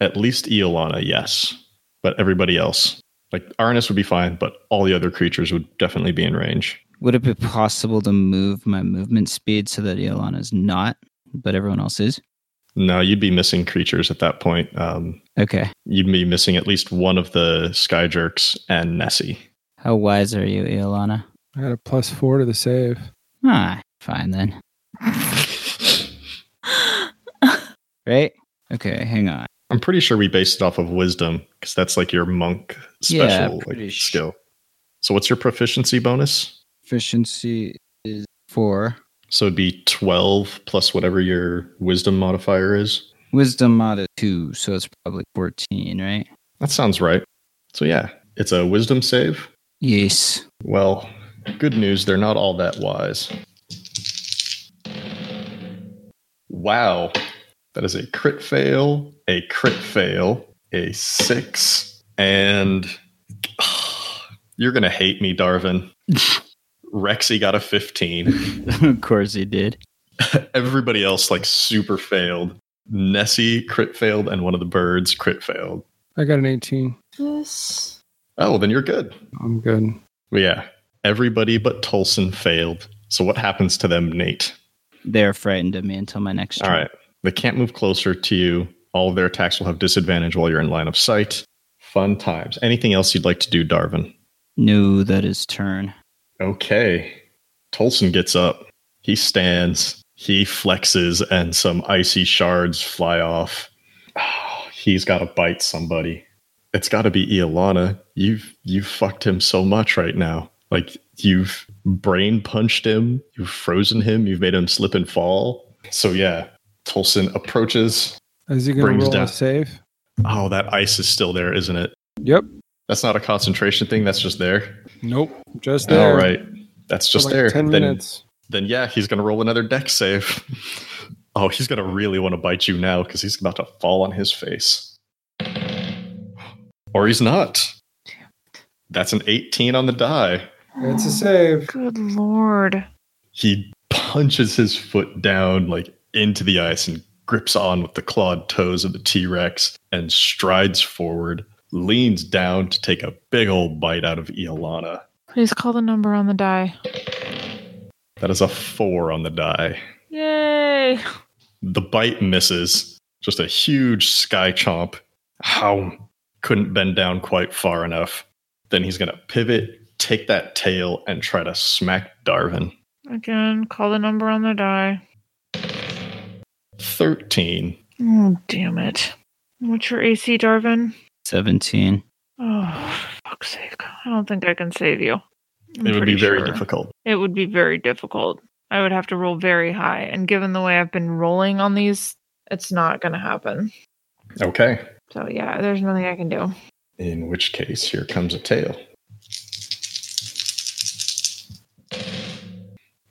S1: at least Iolana, yes. But everybody else, like Aranus would be fine, but all the other creatures would definitely be in range.
S5: Would it be possible to move my movement speed so that Iolana's not, but everyone else is?
S1: No, you'd be missing creatures at that point. Um,
S5: Okay.
S1: you'd be missing at least one of the sky jerks and Nessie.
S5: How wise are you, Iolana?
S4: I had a plus four to the save.
S5: Ah, fine then. right? Okay, hang on.
S1: I'm pretty sure we based it off of wisdom because that's like your monk
S5: Yeah,
S1: special
S5: pretty
S1: like,
S5: sh-
S1: skill. So what's your proficiency bonus?
S5: Efficiency is four.
S1: So it'd be 12 plus whatever your wisdom modifier is.
S5: Wisdom mod is two, so it's probably 14, right?
S1: That sounds right. So yeah, it's a wisdom save.
S5: Yes. (laughs)
S1: Well, good news, they're not all that wise. Wow. That is a crit fail, a crit fail, a six, and (sighs) you're going to hate me, Darvin. Rexy got a 15.
S5: of course he did.
S1: Everybody else, like, super failed. Nessie crit failed, and one of the birds crit failed.
S4: I got an 18.
S2: (gasps) This
S1: Oh, then you're good.
S4: I'm good.
S1: Well, yeah, everybody but Tolson failed. So, what happens to them, Nate?
S5: They're frightened of me until my next
S1: All
S5: turn.
S1: right. They can't move closer to you. All of their attacks will have disadvantage while you're in line of sight. Fun times. Anything else you'd like to do, Darvin?
S5: No, that is turn.
S1: Okay. Tolson gets up. He stands. He flexes and some icy shards fly off. Oh, He's got to bite somebody. It's got to be Iolana. You've you've fucked him so much right now. Like you've brain punched him, you've frozen him, you've made him slip and fall. So yeah, Tolson approaches.
S4: Is he going
S1: Brings
S4: to roll
S1: down-
S4: a save?
S1: Oh, that ice is still there, isn't it?
S4: Yep.
S1: That's not a concentration thing. That's just there.
S4: Nope. Just there.
S1: All right. That's
S4: For
S1: just
S4: like
S1: there.
S4: Ten
S1: then,
S4: minutes.
S1: then yeah, he's gonna roll another deck save. (laughs) oh, he's gonna really want to bite you now because he's about to fall on his face. Or he's not. That's an 18 on the die.
S4: It's a save.
S2: Good lord.
S1: He punches his foot down like into the ice and grips on with the clawed toes of the T-Rex and strides forward, leans down to take a big old bite out of Iolana.
S2: Please call the number on the die.
S1: That is a 4 on the die.
S9: Yay.
S1: The bite misses. Just a huge sky chomp. How couldn't bend down quite far enough. Then he's gonna pivot, take that tail, and try to smack Darwin.
S2: Again, call the number on the die.
S1: Thirteen.
S2: Oh, damn it. What's your AC, Darvin?
S5: 17.
S2: Oh, fuck's sake. I don't think I can save you. I'm
S1: it would be
S2: pretty
S1: very
S2: sure.
S1: difficult.
S2: It would be very difficult. I would have to roll very high. And given the way I've been rolling on these, it's not going to happen.
S1: Okay.
S2: So, yeah, there's nothing I can do.
S1: In which case, here comes a tail.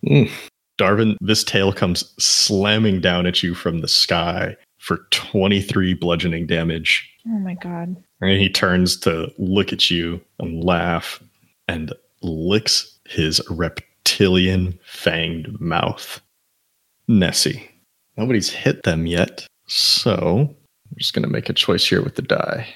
S1: Mm. Darwin, this tail comes slamming down at you from the sky for 23 bludgeoning damage.
S2: Oh, my God.
S1: And he turns to look at you and laugh and licks his reptilian fanged mouth. Nessie. Nobody's hit them yet, so I'm just going to make a choice here with the die.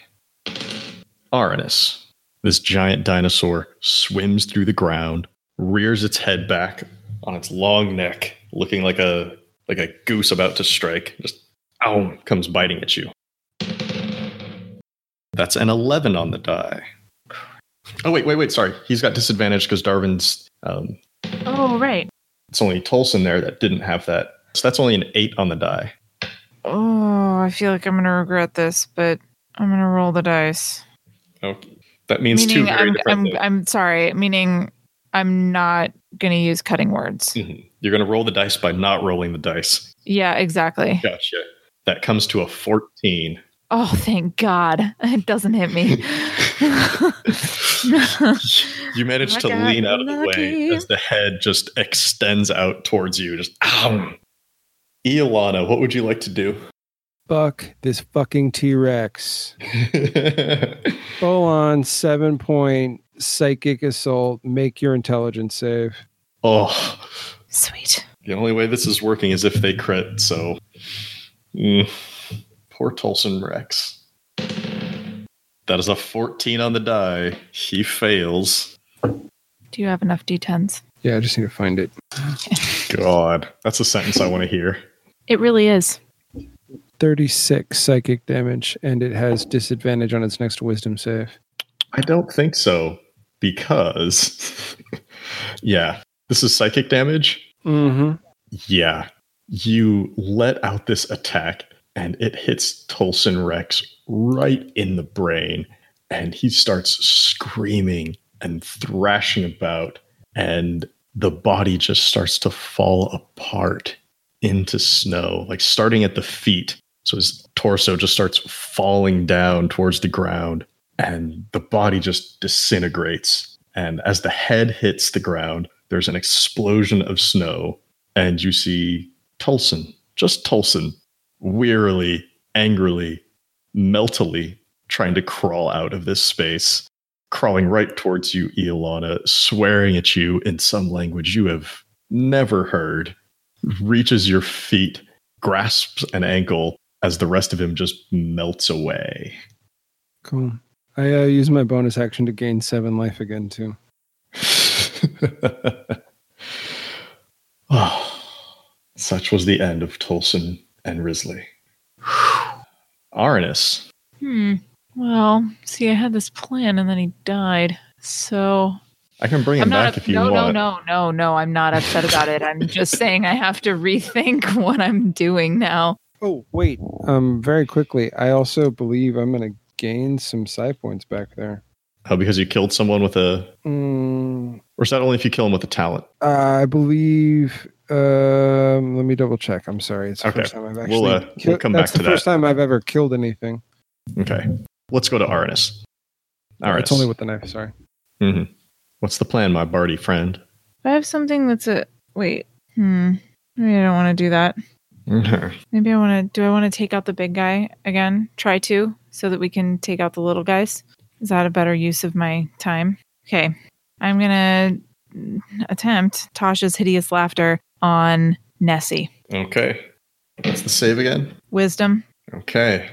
S1: Aranus. This giant dinosaur swims through the ground, rears its head back on its long neck, looking like a like a goose about to strike. Just ow comes biting at you. That's an 11 on the die. Oh, wait, wait, wait. Sorry. He's got disadvantage because Darwin's. Um,
S2: Oh, right.
S1: it's only Tolson there that didn't have that. So that's only an 8 on the die.
S2: Oh, I feel like I'm going to regret this, but I'm going to roll the dice.
S1: Okay. That means two
S2: meaning,
S1: very
S2: I'm,
S1: different
S2: I'm,
S1: things.
S2: I'm sorry. Meaning, I'm not going to use cutting words.
S1: Mhm. You're going to roll the dice by not rolling the dice.
S2: Yeah, exactly.
S1: Gotcha. That comes to a 14.
S2: Oh, thank God. (laughs) It doesn't hit me. (laughs)
S1: you manage
S9: I
S1: to
S9: got
S1: lean out of the way
S9: lucky.
S1: as the head just extends out towards you. Just ow. Iolana, what would you like to do? (laughs)
S4: Fuck this fucking T Rex. Full on seven point psychic assault. Make your intelligence save.
S1: oh.
S2: Sweet.
S1: The only way this is working is if they crit, so. Mm. Poor Tolson Rex. That is a 14 on the die. He fails.
S2: Do you have enough D10s?
S4: Yeah, I just need to find it.
S1: God. That's a sentence I want to hear.
S2: It really is.
S4: 36 psychic damage, and it has disadvantage on its next wisdom save.
S1: I don't think so, because. (laughs) yeah. This is psychic damage?
S4: Mm-hmm.
S1: Yeah. You let out this attack and it hits Tolson Rex right in the brain. And he starts screaming and thrashing about. And the body just starts to fall apart into snow, like starting at the feet. So his torso just starts falling down towards the ground. And the body just disintegrates. And as the head hits the ground, there's an explosion of snow and you see Tolson, just Tolson, wearily, angrily, meltily trying to crawl out of this space, crawling right towards you, Iolana, swearing at you in some language you have never heard, reaches your feet, grasps an ankle as the rest of him just melts away.
S4: Cool. I uh, use my bonus action to gain seven life again, too.
S1: (laughs) oh, such was the end of Tolson and Risley. (sighs) Aranus.
S2: Hmm. Well, see, I had this plan and then he died. So
S1: I can bring him
S2: I'm
S1: back
S2: not.
S1: if you
S2: no,
S1: want.
S2: no, no, no, no. I'm not upset about it. I'm just saying I have
S6: (laughs)
S2: to rethink what I'm doing now.
S4: Oh, wait. Um, very quickly, I also believe I'm going to gain some psi points back there.
S1: Oh, because you killed someone with a,
S4: Mm,
S1: or is that only if you kill him with a talent?
S4: I believe. Um, let me double check. I'm sorry. It's the
S1: Okay.
S4: first time I've actually.
S1: We'll, uh, we'll come back
S4: that's
S1: to
S4: the first
S1: that.
S4: time I've ever killed anything.
S1: Okay, let's go to Arnis. Arnis,
S4: It's only with the knife. Sorry.
S1: Mm-hmm. what's the plan, my Barty (laughs) friend?
S6: If I have something that's a wait, hmm. Maybe I don't want to do that. Maybe I want to. Do I want to take out the big guy again? Try to, so that we can take out the little guys. Is that a better use of my time? Okay, I'm gonna mm, attempt Tasha's hideous laughter on Nessie.
S1: okay, what's the save again?
S6: Wisdom.
S1: Okay.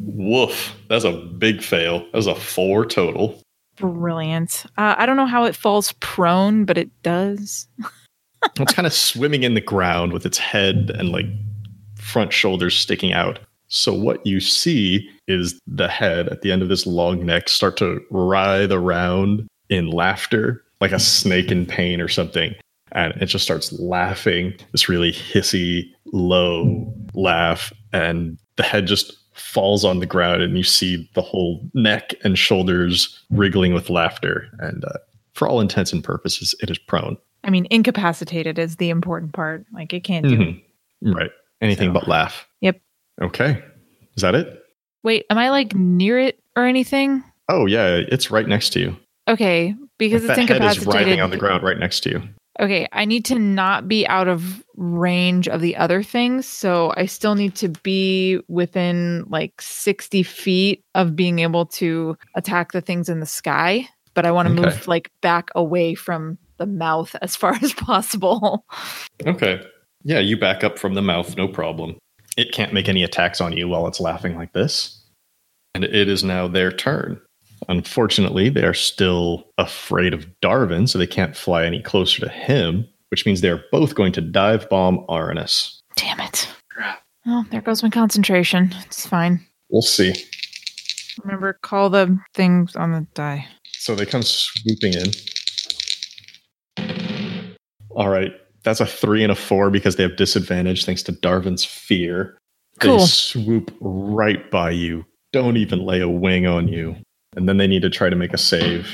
S1: Woof. That's a big fail. That was a four total.
S6: Brilliant. Uh, I don't know how it falls prone, but it does.
S1: It's kind of swimming in the ground with its head and like front shoulders sticking out. So, what you see is the head at the end of this long neck start to writhe around in laughter, like a snake in pain or something. And it just starts laughing, this really hissy, low laugh. And the head just falls on the ground, and you see the whole neck and shoulders wriggling with laughter. And uh, for all intents and purposes, it is prone.
S6: I mean, incapacitated is the important part. Like it can't do.
S1: Mhm. Right. Anything
S6: So-
S1: but laugh.
S6: Yep.
S1: Okay. Is that it?
S2: Wait, am I like near it or anything?
S1: Oh yeah, it's right next to you.
S2: Okay, because
S1: Like, that
S2: it's
S1: head is
S2: incapacitated.
S1: writhing on the ground right next to you.
S2: Okay, I need to not be out of range of the other things, so I still need to be within like 60 feet of being able to attack the things in the sky, but I want to
S1: Okay.
S2: move like back away from the mouth as far (laughs) as possible.
S1: Okay. Yeah, you back up from the mouth, no problem. It can't make any attacks on you while it's laughing like this. And it is now their turn. Unfortunately, they are still afraid of Darwin, so they can't fly any closer to him, which means they're both going to dive bomb Aranus.
S2: Damn it. Oh, there goes my concentration. It's fine.
S1: We'll see.
S6: Remember, call the things on the die.
S1: So they come swooping in. All right. That's a three and a four because they have disadvantage thanks to Darwin's fear. They
S6: Cool.
S1: swoop right by you. Don't even lay a wing on you. And then they need to try to make a save.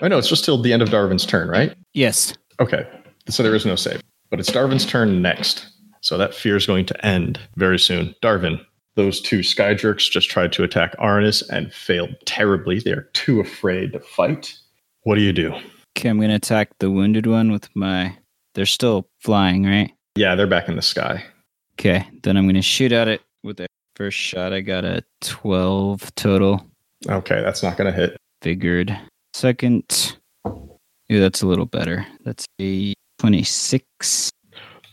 S1: Oh, no, it's just till the end of Darwin's turn, right?
S5: Yes.
S1: Okay. So there is no save. But it's Darwin's turn next. So that fear is going to end very soon. Darwin, those two sky jerks just tried to attack Arnis and failed terribly. They are too afraid to fight. What do you do?
S5: Okay, I'm gonna attack the wounded one with my. They're still flying, right?
S1: Yeah, they're back in the sky.
S5: Okay, then I'm gonna shoot at it with the first shot. I got a 12 total.
S1: Okay, that's not going to hit.
S5: Figured. Second. Ooh, that's a little better. That's a 26,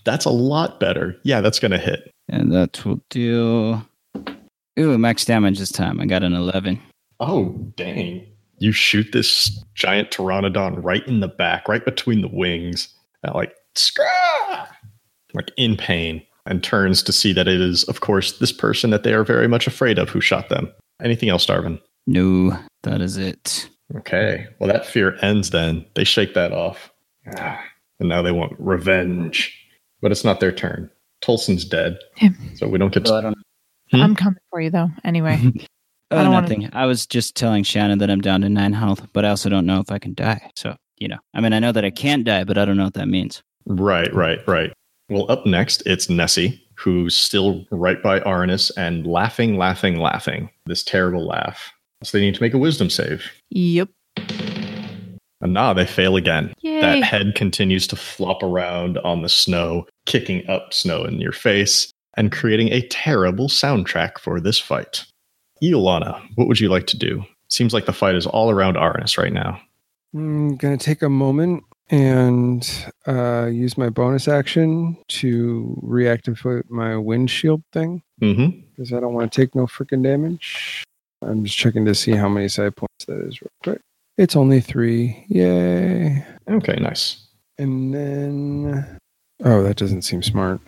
S1: That's a lot better. Yeah, that's going to hit.
S5: and that will do. Ooh, max damage this time. I got an 11.
S1: Oh, dang. You shoot this giant pteranodon right in the back, right between the wings. And like, Scrah! like in pain, and turns to see that it is, of course, this person that they are very much afraid of who shot them. Anything else, Darwin?
S5: No, that is it.
S1: Okay. Well, that fear ends then. They shake that off. Ah, And now they want revenge. But it's not their turn. Tolson's dead.
S6: Yeah.
S1: So we don't get to. Hmm?
S6: I'm coming for you though.
S1: (laughs)
S6: Anyway.
S5: Oh,
S6: I don't wanna-
S5: nothing. I was just telling Shannon that I'm down to nine health, but I also don't know if I can die. So, you know, I mean, I know that I can't die, but I don't know what that means.
S1: Right, right, right. Well, up next, it's Nessie, who's still right by Arnis and laughing, laughing, laughing. This terrible laugh. So they need to make a wisdom save.
S6: Yep.
S1: And nah, they fail again.
S6: Yay.
S1: That head continues to flop around on the snow, kicking up snow in your face and creating a terrible soundtrack for this fight. Iolana, what would you like to do? Seems like the fight is all around Arnis right now.
S4: I'm going to Mm, take a moment and uh, use my bonus action to reactivate my windshield thing
S1: hmm
S4: because I don't want to take no freaking damage. I'm just checking to see how many side points that is real quick. It's only three. Yay.
S1: Okay, nice.
S4: And then. Oh, that doesn't seem smart.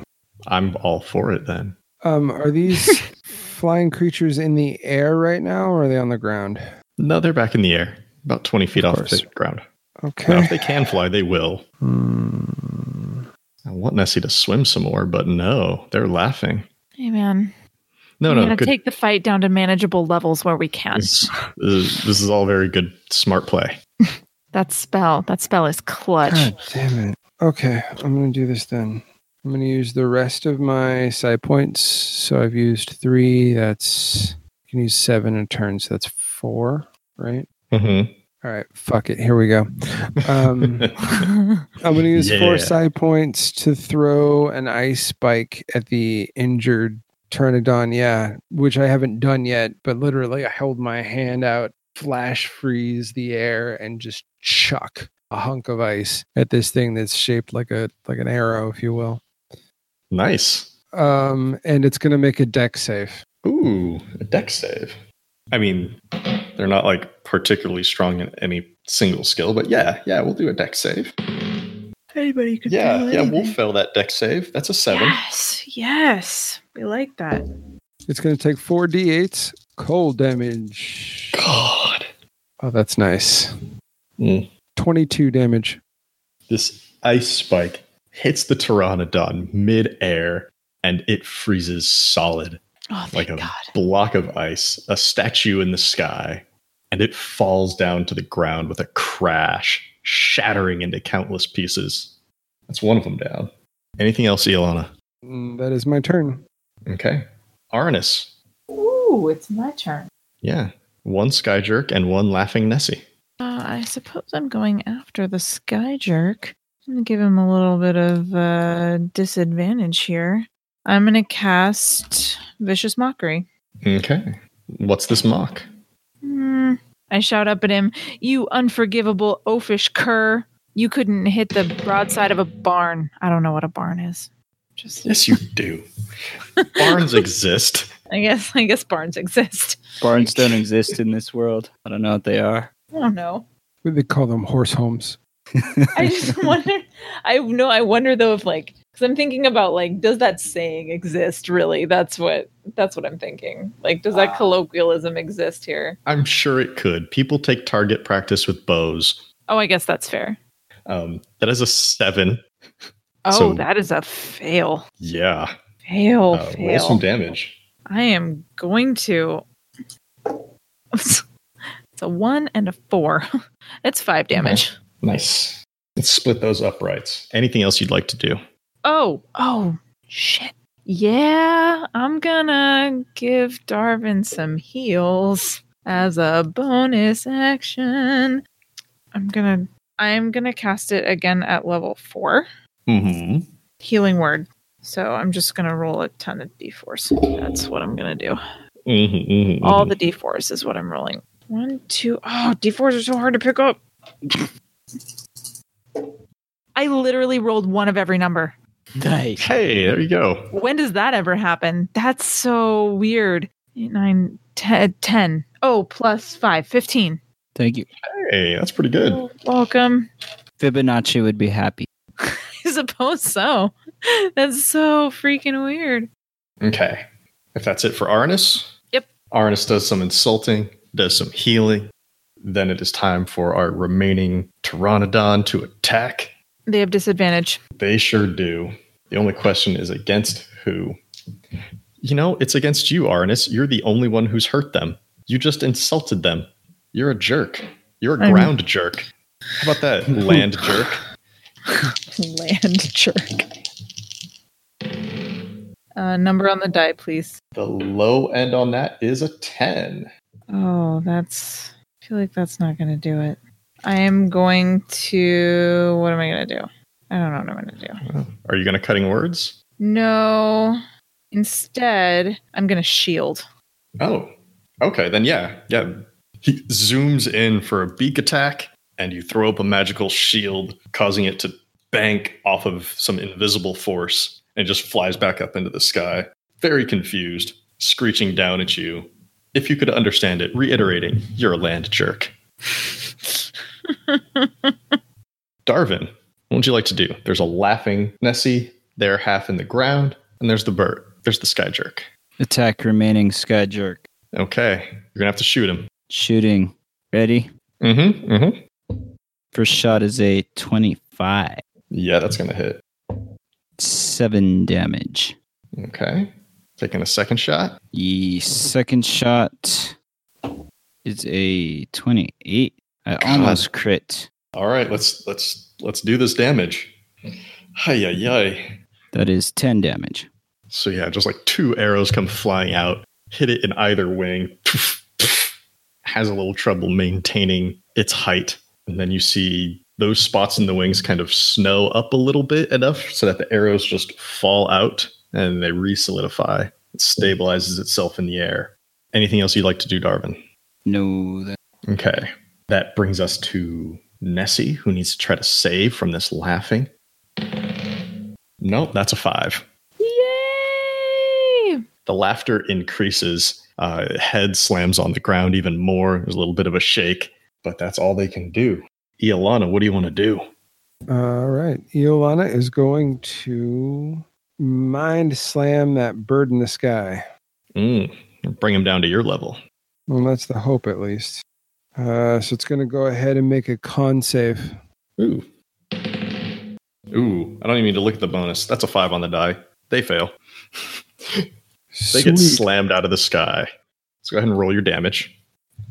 S1: I'm all for it then.
S4: Um, are these flying creatures in the air right now or are they on the ground?
S1: No, they're back in the air. About 20 feet
S4: Of
S1: off
S4: course.
S1: the ground. Now, if
S4: (sighs) Okay.
S1: they can fly, they will.
S4: Hmm.
S1: I want Nessie to swim some more, but no, they're laughing.
S10: Hey, man.
S1: No,
S10: we
S1: no,
S10: gotta
S1: good.
S10: take the fight down to manageable levels where we can.
S1: This, this this is all very good, smart play.
S10: That spell, that spell is clutch.
S2: (laughs)
S4: God damn it. Okay, I'm gonna do this then. I'm gonna use the rest of my side points. So I've used three. That's I can use seven in turns. that's four, right?
S1: Mm-hmm.
S4: All right. Fuck it. Here we go.
S1: (laughs)
S4: Um, I'm gonna use
S1: Yeah.
S4: four side points to throw an ice spike at the injured Pteranodon. Yeah, which I haven't done yet. But literally, I held my hand out, flash freeze the air, and just chuck a hunk of ice at this thing that's shaped like a like an arrow, if you will.
S1: nice.
S4: Um, and it's gonna make a deck safe.
S1: Ooh, a deck save. I mean, they're not like particularly strong in any single skill, but yeah, yeah, we'll do a deck save.
S2: Anybody could
S1: Yeah,
S2: do
S1: yeah, we'll
S2: anything.
S1: fail that deck save. That's a
S2: (gasps)
S1: seven.
S2: Yes, yes. We like that.
S4: It's gonna take four d8s cold damage.
S1: God,
S4: Oh, that's nice.
S1: Mm.
S4: Twenty-two damage.
S1: this ice spike hits the pteranodon mid-air, and it freezes solid
S10: Oh, thank
S1: like a
S10: God.
S1: block of ice, a statue in the sky, and it falls down to the ground with a crash, shattering into countless pieces. That's one of them down. Anything else, Iolana?
S4: Mm, That is my turn.
S1: Okay. Arnis.
S11: Ooh, it's my turn.
S1: Yeah. One sky jerk and one laughing Nessie.
S10: Uh, I
S2: Suppose I'm going after the sky jerk. I'm gonna give him a little bit of uh, disadvantage here. I'm gonna cast vicious mockery.
S1: Okay. What's this mock?
S2: Hmm. I shout up at him, "You unforgivable oafish cur! You couldn't hit the broadside of a barn. I don't know what a barn is. Just
S1: Yes, you do. (laughs) Barns exist.
S2: I guess (laughs) I guess barns exist.
S5: Barns don't exist in this world. I don't know what they are.
S2: I don't know.
S4: What do they call them? Horse homes.
S2: I just (laughs) wonder. I know. I wonder though if like because I'm thinking about like does that saying exist really? That's what that's what I'm thinking. Like does that colloquialism exist here?
S1: I'm sure it could. People take target practice with bows.
S2: Oh, I guess that's fair.
S1: Um, that is a seven.
S2: Oh,
S1: So-
S2: that is a fail.
S1: Yeah.
S2: Fail.
S1: Uh, roll
S2: fail.
S1: some damage.
S2: I am going to. (laughs) It's a one and a four. (laughs) It's five damage.
S1: Nice. Let's split those uprights. Anything else you'd like to do?
S2: Oh, oh, shit. Yeah, I'm gonna give Darwin some heals as a bonus action. I'm gonna I'm gonna cast it again at level four.
S1: Mm-hmm.
S2: Healing word. So I'm just gonna roll a ton of d4s. That's what I'm gonna do.
S1: Mm-hmm,
S2: All the d4s is what I'm rolling. One, two, oh, d4s are so hard to pick up. I literally rolled one of every number.
S5: Nice.
S1: hey, there you go.
S2: When does that ever happen? That's so weird. Eight, nine, te- 10. Oh, plus 5, 15.
S5: Thank you.
S1: Hey, that's pretty good.
S2: Oh, welcome. (laughs)
S5: Fibonacci would be happy.
S2: I suppose so. That's so freaking weird.
S1: Okay. If that's it for Arnis.
S2: Yep.
S1: Arnis does some insulting, does some healing. Then it is time for our remaining Pteranodon to attack.
S2: They have disadvantage. (laughs)
S1: They sure do. The only question is against who? You know, it's against you, Arnis. You're the only one who's hurt them. You just insulted them. You're a jerk. You're a
S2: I'm-
S1: ground jerk. How about that, land jerk?
S2: Land jerk. Uh, number on the die, please.
S1: The low end on that is a 10.
S2: Oh, that's. I feel like that's not going to do it. I am going to. What am I going to do? I don't know what I'm going to do.
S1: Are you going to cutting words?
S2: No. Instead, I'm going to shield.
S1: Oh, okay. Then, yeah, yeah. He zooms in for a beak attack, and you throw up a magical shield, causing it to bank off of some invisible force and just flies back up into the sky. Very confused, screeching down at you. If you could understand it, reiterating, you're a land jerk. Darvin, what would you like to do? There's a laughing Nessie, they're half in the ground, and there's the bird. There's the sky jerk.
S5: Attack remaining sky jerk.
S1: Okay, you're gonna have to shoot him.
S5: Shooting. Ready?
S1: Mm-hmm. Mm-hmm.
S5: First shot is a 25.
S1: Yeah, that's gonna hit.
S5: Seven damage.
S1: Okay. Taking a second shot.
S5: The second shot is a 28. I almost crit.
S1: All right, let's let's let's do this damage. Hi yeah yay.
S5: That is 10 damage.
S1: So yeah, just like two arrows come flying out, hit it in either wing. Has a little trouble maintaining its height, and then you see those spots in the wings kind of snow up a little bit enough so that the arrows just fall out and they re-solidify. It stabilizes itself in the air. Anything else you'd like to do, Darwin?
S5: No, that
S1: Okay. That brings us to Nessie, who needs to try to save from this laughing. Nope, that's a five.
S2: Yay!
S1: The laughter increases. Uh, head slams on the ground even more. There's a little bit of a shake, but that's all they can do. Iolana, what do you want to do?
S4: All right. Iolana is going to mind slam that bird in the sky.
S1: Mm, bring him down to your level.
S4: Well, that's the hope, at least. Uh, so it's going to go ahead and make a con save.
S1: Ooh. Ooh, I don't even need to look at the bonus. That's a five on the die. They fail. They get
S4: Sweet.
S1: slammed out of the sky. So go ahead and roll your damage.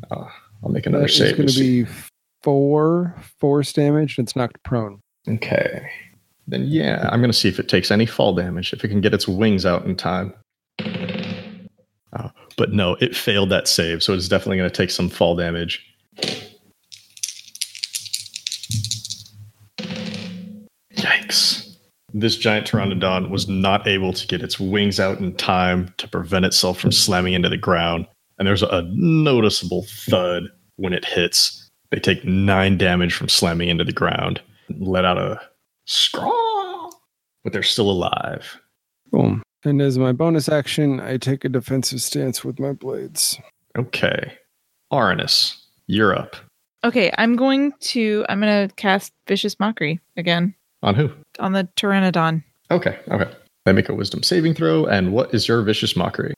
S1: Uh, I'll make another
S4: That is
S1: save.
S4: going to be four force damage, and it's knocked prone.
S1: Okay. Then yeah, I'm gonna see if it takes any fall damage, if it can get its wings out in time. Oh, but no, it failed that save, so it's definitely gonna take some fall damage. Yikes. This giant pteranodon was not able to get its wings out in time to prevent itself from slamming into the ground, and there's a noticeable thud when it hits. They take nine damage from slamming into the ground let out a scrawl, but they're still alive.
S4: Boom. And as my bonus action, I take a defensive stance with my blades.
S1: Okay. Aranus, you're up.
S2: Okay, I'm going to I'm going to cast vicious mockery again
S1: On who?
S2: on the pteranodon.
S1: Okay, okay. They make a wisdom saving throw, and what is your vicious mockery?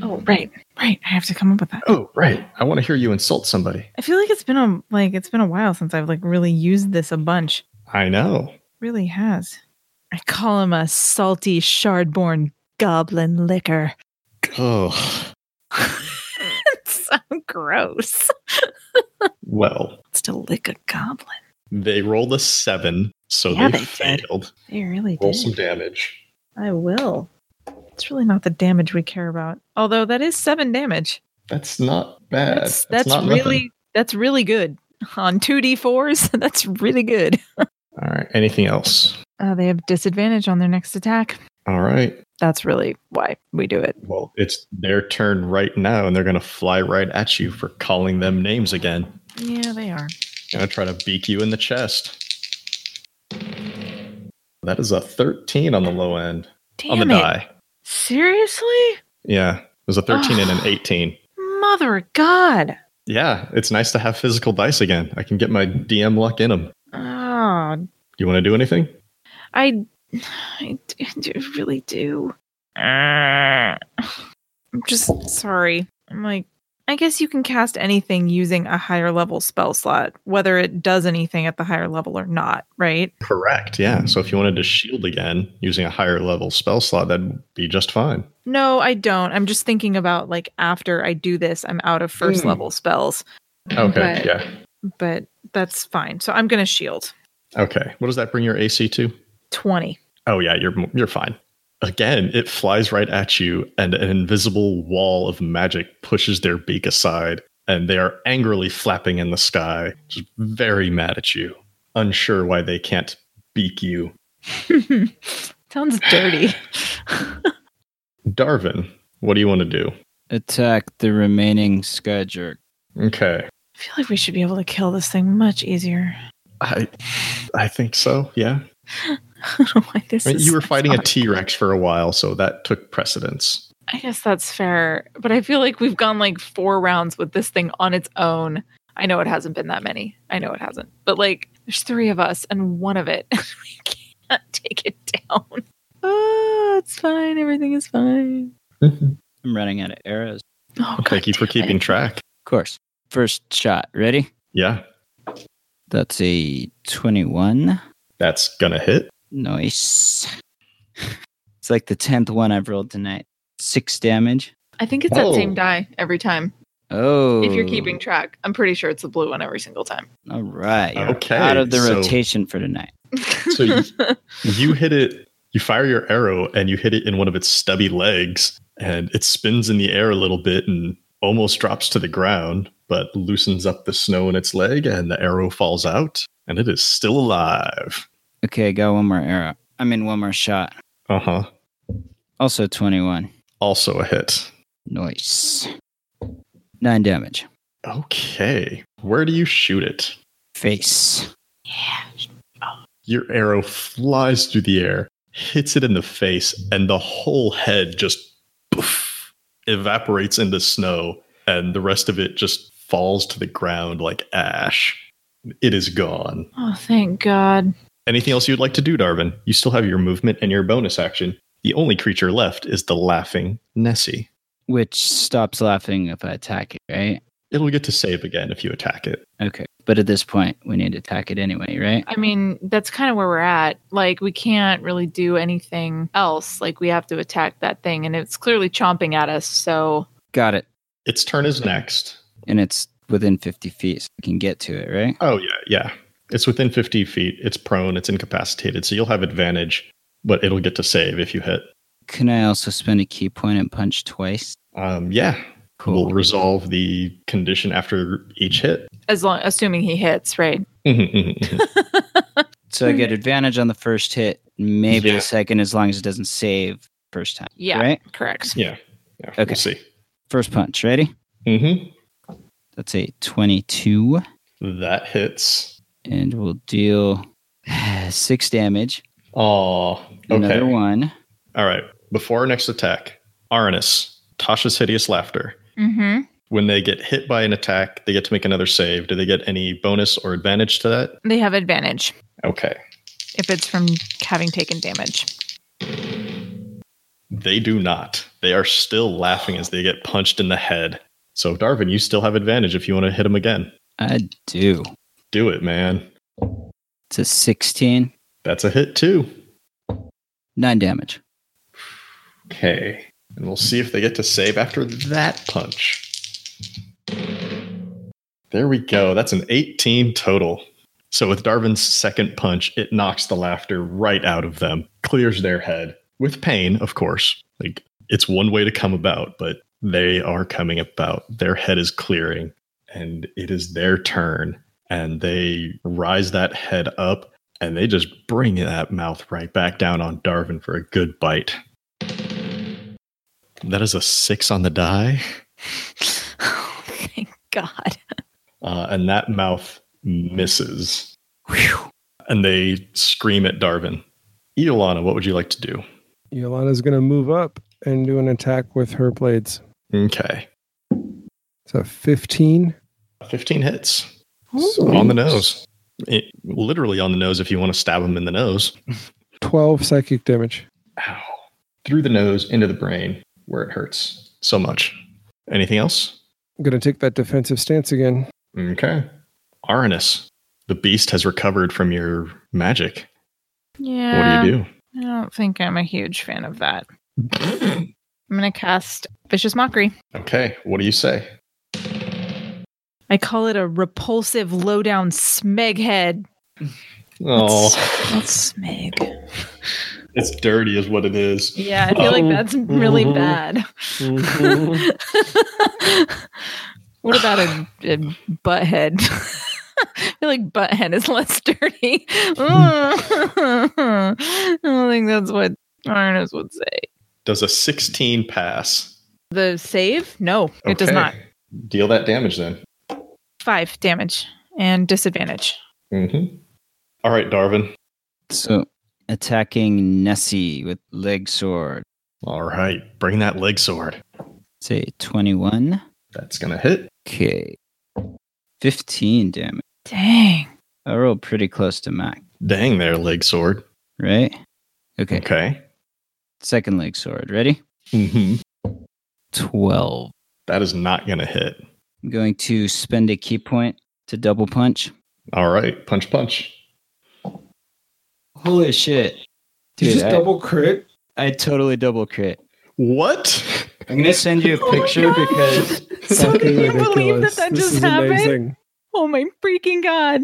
S2: Oh, right. Right. I have to come up with that.
S1: Oh, right. I want to hear you insult somebody.
S2: I feel like it's been a like it's been a while since I've like really used this a bunch.
S1: I know.
S2: Really has. I call him a salty shardborn goblin liquor.
S1: Oh,
S2: (laughs) it's so gross.
S1: well,
S2: It's to lick a goblin.
S1: they rolled a seven, so
S2: Yeah,
S1: they,
S2: they did.
S1: failed.
S2: They really
S1: Roll
S2: did.
S1: some damage.
S2: I will. It's really not the damage we care about. Although that is seven damage.
S1: That's not bad.
S2: That's that's,
S1: not nothing.
S2: really that's really good. On two D fours, (laughs) that's really good.
S1: All right. Anything else?
S2: Uh, they have disadvantage on their next attack.
S1: All right.
S2: That's really why we do it.
S1: Well, it's their turn right now, and they're going to fly right at you for calling them names again.
S2: Yeah, they are.
S1: Going to try to beak you in the chest. That is a 13 on the low end.
S2: Damn
S1: on the
S2: it.
S1: die.
S2: Seriously?
S1: Yeah. There's a 13
S2: (gasps)
S1: and an 18.
S2: Mother of God.
S1: Yeah. It's nice to have physical dice again. I can get my DM luck in them.
S2: Oh,
S1: You want to do anything?
S2: I, (sighs) I d- d- really do. (sighs) I'm just sorry. I'm like, I guess you can cast anything using a higher level spell slot, whether it does anything at the higher level or not, right?
S1: Correct. Yeah. So if you wanted to shield again using a higher level spell slot, that'd be just fine.
S2: No, I don't. I'm just thinking about like after I do this, I'm out of first
S1: Mm.
S2: level spells,
S1: Okay.
S2: Right.
S1: Yeah.
S2: but that's fine. So I'm going to shield
S1: Okay. What does that bring your AC to?
S2: (laughs) 20.
S1: Oh yeah, you're you're fine. Again, it flies right at you, and an invisible wall of magic pushes their beak aside, and they are angrily flapping in the sky, just very mad at you, unsure why they can't beak you.
S2: Sounds dirty.
S1: Darvin, what do you want to do?
S5: attack the remaining sky jerk.
S1: Okay,
S2: I feel like we should be able to kill this thing much easier. (laughs)
S1: I I think so. Yeah,
S2: I don't know why this
S1: I mean,
S2: is
S1: you were fighting a
S2: exotic.
S1: T Rex for a while, so that took precedence.
S12: I guess that's fair. But I feel like we've gone like four rounds with this thing on its own. I know it hasn't been that many. I know it hasn't. But like there's three of us and one of it. (laughs) we can't take it down.
S2: Oh, it's fine. Everything is fine. Mm-hmm.
S5: I'm running out of arrows.
S12: Oh,
S1: Thank you for keeping track.
S5: Of course. First shot. Ready?
S1: Yeah,
S5: That's a 21.
S1: that's gonna hit.
S5: Nice. (laughs) It's like the 10th one I've rolled tonight. Six damage.
S9: I think it's that
S1: Oh.
S9: same die every time.
S5: Oh.
S9: If you're keeping track, I'm pretty sure it's the blue one every single time.
S5: All right. You're
S1: Okay,
S5: Out of the
S1: so-
S5: rotation for tonight.
S12: (laughs)
S1: So you, you hit it. You fire your arrow and you hit it in one of its stubby legs, and it spins in the air a little bit and almost drops to the ground, but loosens up the snow in its leg, and the arrow falls out, and it is still alive.
S5: Okay, I got one more arrow. I mean, one more shot.
S1: Uh huh.
S5: Also 21.
S1: Also a hit.
S5: Nice. Nine damage.
S1: Okay. Where do you shoot it?
S5: Face.
S1: Your arrow flies through the air, hits it in the face, and the whole head just poof, evaporates into snow, and the rest of it just falls to the ground like ash. It is gone.
S2: Oh, thank God.
S1: Anything else you'd like to do, Darvin? You still have your movement and your bonus action. The only creature left is the laughing Nessie.
S5: Which stops laughing if I attack it, right?
S1: It'll get to save again if you attack it.
S5: Okay. But at this point, we need to attack it anyway, right?
S2: I mean, that's kind of where we're at. Like, we can't really do anything else. Like, we have to attack that thing, and it's clearly chomping at us. So,
S5: Got it.
S1: Its turn is next.
S5: And it's within 50 feet, so we can get to it, right?
S1: Oh yeah, yeah. It's within 50 feet. It's prone. It's incapacitated. So you'll have advantage, but it'll get to save if you hit.
S5: Can I also spend a key point and punch twice?
S1: Um, yeah, we'll resolve the condition after each hit.
S2: as long, assuming he hits, right?
S1: Mhm, mhm, mhm.
S5: So I get advantage on the first hit, maybe
S1: Yeah.
S5: the second, as long as it doesn't save first time.
S2: Yeah.
S5: Right?
S2: Correct.
S1: yeah, yeah.
S5: Okay.
S1: We'll see.
S5: First punch, ready?
S1: hmm
S5: That's a 22,
S1: That hits.
S5: and we'll deal (sighs) six damage.
S1: Oh, okay.
S5: Another one.
S1: All right. Before our next attack, Arnis, Tasha's hideous laughter.
S2: Mm-hmm.
S1: When they get hit by an attack, they get to make another save. Do they get any bonus or advantage to that?
S2: They have advantage
S1: Okay.
S2: if it's from having taken
S9: (laughs)
S2: damage.
S1: They do not. They are still laughing as they get punched in the head. So, Darvin, you still have advantage if you want to hit him again.
S5: I do.
S1: Do it, man.
S5: It's a 16,
S1: That's a hit, too.
S5: nine damage.
S1: Okay. And we'll see if they get to save after that punch. There we go. That's an 18 total. So, with Darvin's second punch, it knocks the laughter right out of them, clears their head with pain, of course. Like, it's one way to come about, but they are coming about. Their head is clearing, and it is their turn. And they rise that head up, and they just bring that mouth right back down on Darvin for a good bite. That is a six on the die.
S2: oh, thank God.
S1: Uh, and that mouth misses. And they scream at Darvin. Iolana, what would you like to do?
S4: Yolana's going to move up and do an attack with her blades.
S1: Okay.
S4: It's a 15.
S1: 15 hits. On the nose. It- literally on the nose if you want to stab him in the nose.
S4: 12 psychic damage.
S1: Ow. Through the nose, into the brain, where it hurts so much. Anything else?
S4: I'm going to take that defensive stance again.
S1: Okay. Aranus, the beast has recovered from your magic.
S9: yeah.
S2: Uh.
S1: What do you do?
S9: I don't think I'm a huge fan of that. I'm going to cast Vicious Mockery.
S1: Okay. What do you say?
S9: I call it a repulsive, low down smeg head.
S1: Oh,
S9: That's smeg.
S1: it's dirty, is what it is.
S9: Yeah, I feel like that's really bad.
S6: Mm-hmm.
S3: (laughs)
S9: what about a, a butt head? I feel like butt head is less dirty. I don't think that's what Arnos would say.
S1: Does a 16 pass?
S9: The save? No, it does not.
S1: Deal that damage then.
S9: Five damage and disadvantage.
S1: Mm-hmm. All right, Darvin.
S5: So attacking Nessie with leg sword.
S1: All right, bring that leg sword.
S5: Say 21.
S1: That's going to hit.
S5: Okay. 15 damage.
S9: Dang.
S5: I rolled pretty close to max,
S1: Dang there, leg sword.
S5: right? Okay.
S1: Okay.
S5: Second leg sword. Ready?
S1: Mm-hmm.
S5: 12.
S1: That is not going to hit.
S5: I'm going to spend a key point to double punch.
S1: All right, punch, punch.
S5: Holy shit.
S3: you
S5: Dude,
S3: just
S5: I-
S3: double crit?
S5: I totally double crit.
S9: (laughs)
S1: What?
S5: I'm gonna send you (laughs) a picture because
S6: So
S4: Fucking
S6: can
S1: (laughs)
S6: you believe
S4: ridiculous.
S6: that that
S4: This
S6: just
S4: is
S6: happened?
S4: amazing.
S6: Oh my freaking god!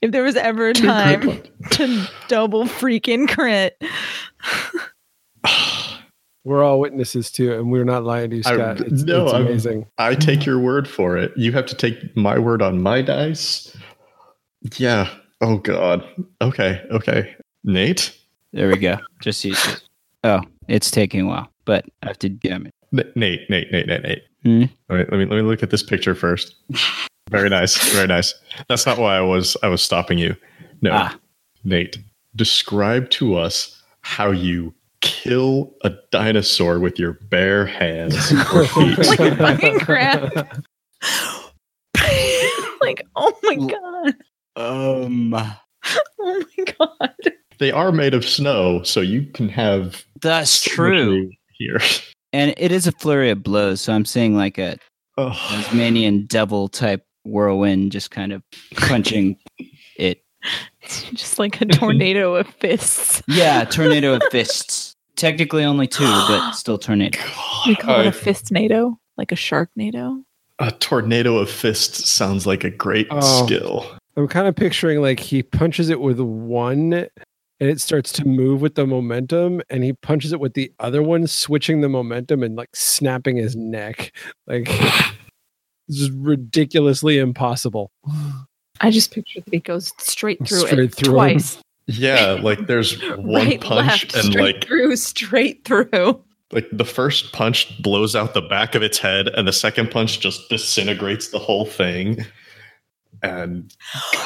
S6: If there was ever a time to double freaking
S9: (laughs)
S6: crit,
S4: We're all witnesses to it, and we're not lying to you,
S1: I-
S4: Scott. it's,
S1: no,
S4: it's
S3: (laughs)
S1: I'm-
S4: amazing.
S1: (sighs) I take your word for it. You have to take my word on my dice. Yeah. Oh God. Okay. Okay. Nate.
S5: there we go. Just use it. Oh, it's taking a while, but I have to damn it.
S1: N- Nate. Nate. Nate. Nate. Nate.
S5: Hmm?
S1: All right. Let me let me look at this picture first. Very nice. Very nice. That's not why I was I was stopping you. No.
S5: Ah.
S1: Nate, describe to us how you kill a dinosaur with your bare hands
S4: (laughs)
S1: or feet.
S6: like fucking crap. like oh my god,
S5: Um,
S6: oh my god.
S1: they are made of snow, so you can have
S5: that's true.
S1: symmetry here. (laughs)
S5: And it is a flurry of blows, so I'm seeing like a
S1: Oh.
S5: Tasmanian devil type whirlwind, just kind of punching it.
S6: It's (laughs) just like a tornado of fists.
S5: Yeah, tornado of fists. Technically only two, but still tornado.
S6: We call it a
S1: I-
S6: fist NATO.
S2: like a shark NATO.
S1: A tornado of fists sounds like a great
S4: Oh.
S1: skill.
S4: (laughs) I'm kind of picturing like he punches it with one and it starts to move with the momentum and he punches it with the other one switching the momentum and like snapping his neck like (laughs) this is ridiculously impossible
S2: I just picture that it goes straight through
S4: Straight
S2: it
S4: through him.
S2: twice,
S6: (laughs)
S1: Yeah, like there's
S2: (laughs)
S1: one
S2: right,
S1: punch
S2: left,
S1: and
S2: straight
S1: like
S2: through, straight through.
S1: like the first punch blows out the back of its head and the second punch just disintegrates the whole thing. And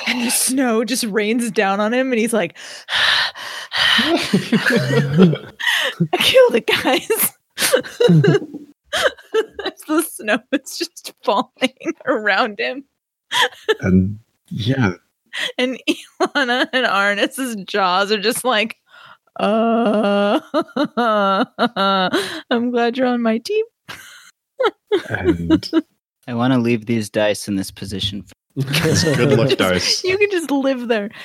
S6: And the snow just rains down on him, and he's like, (sighs) I killed it,
S1: (laughs)
S6: guys. (laughs) As the snow is just falling (laughs) around him.
S1: (laughs) and yeah,
S6: And (laughs) Ilana and Arnis's jaws are just like, uh, (laughs) I'm glad you're on my team.
S1: and
S5: I want to leave these dice in this position.
S1: good
S6: (laughs)
S1: luck dice.
S6: You can just live there.
S1: (laughs)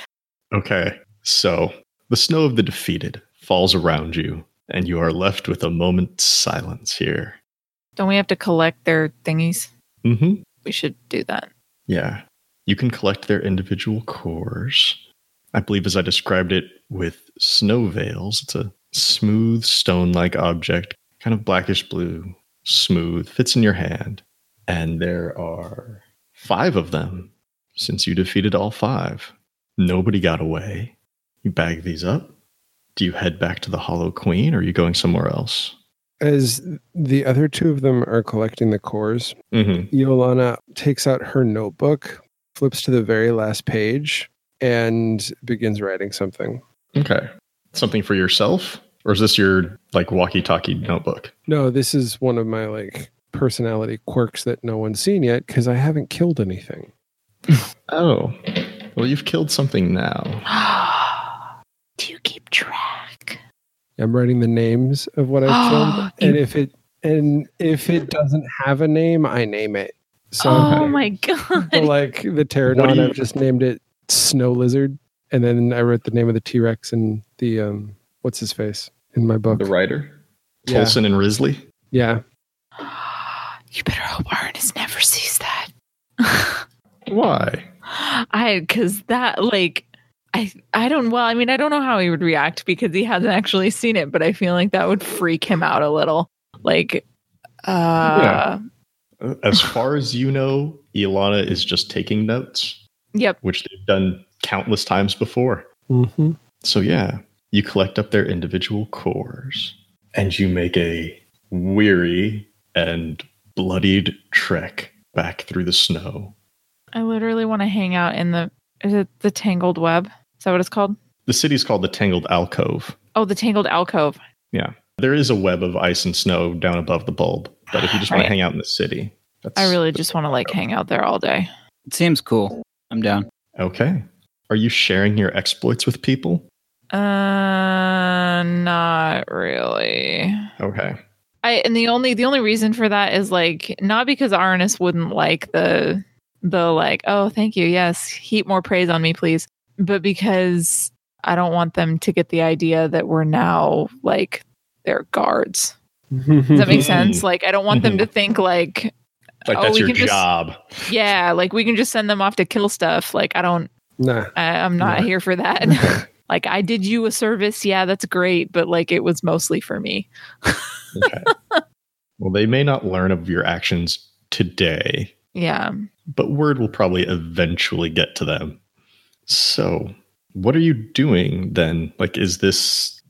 S1: Okay, so the snow of the defeated falls around you, and you are left with a moment's silence here.
S2: Don't we have to collect their thingies?
S1: Mm-hmm.
S2: We should
S6: (gasps)
S2: do that.
S1: Yeah. You can collect their individual cores. I believe, as I described it, with snow veils. It's a smooth stone like object, kind of blackish blue, smooth, fits in your hand. And there are five of them since you defeated all five. Nobody got away. You bag these up. Do you head back to the Hollow Queen or are you going somewhere else?
S4: as the other two of them are collecting the cores
S1: Mm-hmm.
S4: Yolana takes out her notebook, flips to the very last page, and begins writing something.
S1: Okay. Something for yourself? Or is this your like walkie talkie notebook?
S4: No, this is one of my like personality quirks that no one's seen yet because I haven't killed anything.
S1: Oh. Well, you've killed something now.
S2: Do you keep track?
S4: I'm writing the names of what
S6: (gasps)
S4: I've killed, and if it and if it doesn't have a name, I name it. So
S6: Oh my God.
S4: so, like the
S1: What
S4: pterodon,
S1: do you-
S4: I've just named it Snow Lizard, and then I wrote the name of the T Rex and the um, what's his face in my book.
S1: The writer?
S4: Yeah.
S1: Tolson and Risley?
S4: Yeah,
S1: uh,
S6: (gasps)
S2: You better hope Arnis never sees that. (laughs)
S1: Why?
S6: I because that like I I don't well I mean I don't know how he would react because he hasn't actually seen it but I feel like that would freak him out a little like uh
S1: As far as you know, Ilana is just taking notes,
S6: yep
S1: which they've done countless times before. (laughs)
S4: Mm-hmm.
S1: So, yeah, you collect up their individual cores and you make a weary and bloodied trek back through the snow.
S2: I literally want to hang out in the is it the tangled web? Is that what it's called?
S1: The city's called the Tangled Alcove.
S2: Oh, the tangled alcove.
S1: There is a web of ice and snow down above the bulb, but if you just want to
S2: Right.
S1: hang out in the city, that's
S2: I really just want to like hang out there all day.
S5: It seems cool. I'm down.
S1: Okay. Are you sharing your exploits with people?
S2: Uh, not really.
S1: Okay.
S2: I and the only the only reason for that is like not because Arnis wouldn't like the the like, oh, thank you. Yes, heap more praise on me, please. But because I don't want them to get the idea that we're now like their guards. Does that make sense? Like, I don't want them to think like,
S1: Like
S2: Oh,
S1: that's
S2: we
S1: your
S2: can just-
S1: job.
S2: yeah, like we can just send them off to kill stuff. Like, I don't,
S4: nah.
S2: I, I'm not
S4: Right.
S2: here for that. (laughs) like, I did you a service. Yeah, that's great. But like, it was mostly for me. (laughs)
S1: Okay. well, they may not learn of your actions today,
S2: Yeah.
S1: but word will probably eventually get to them. So, what are you doing then? Like, is this.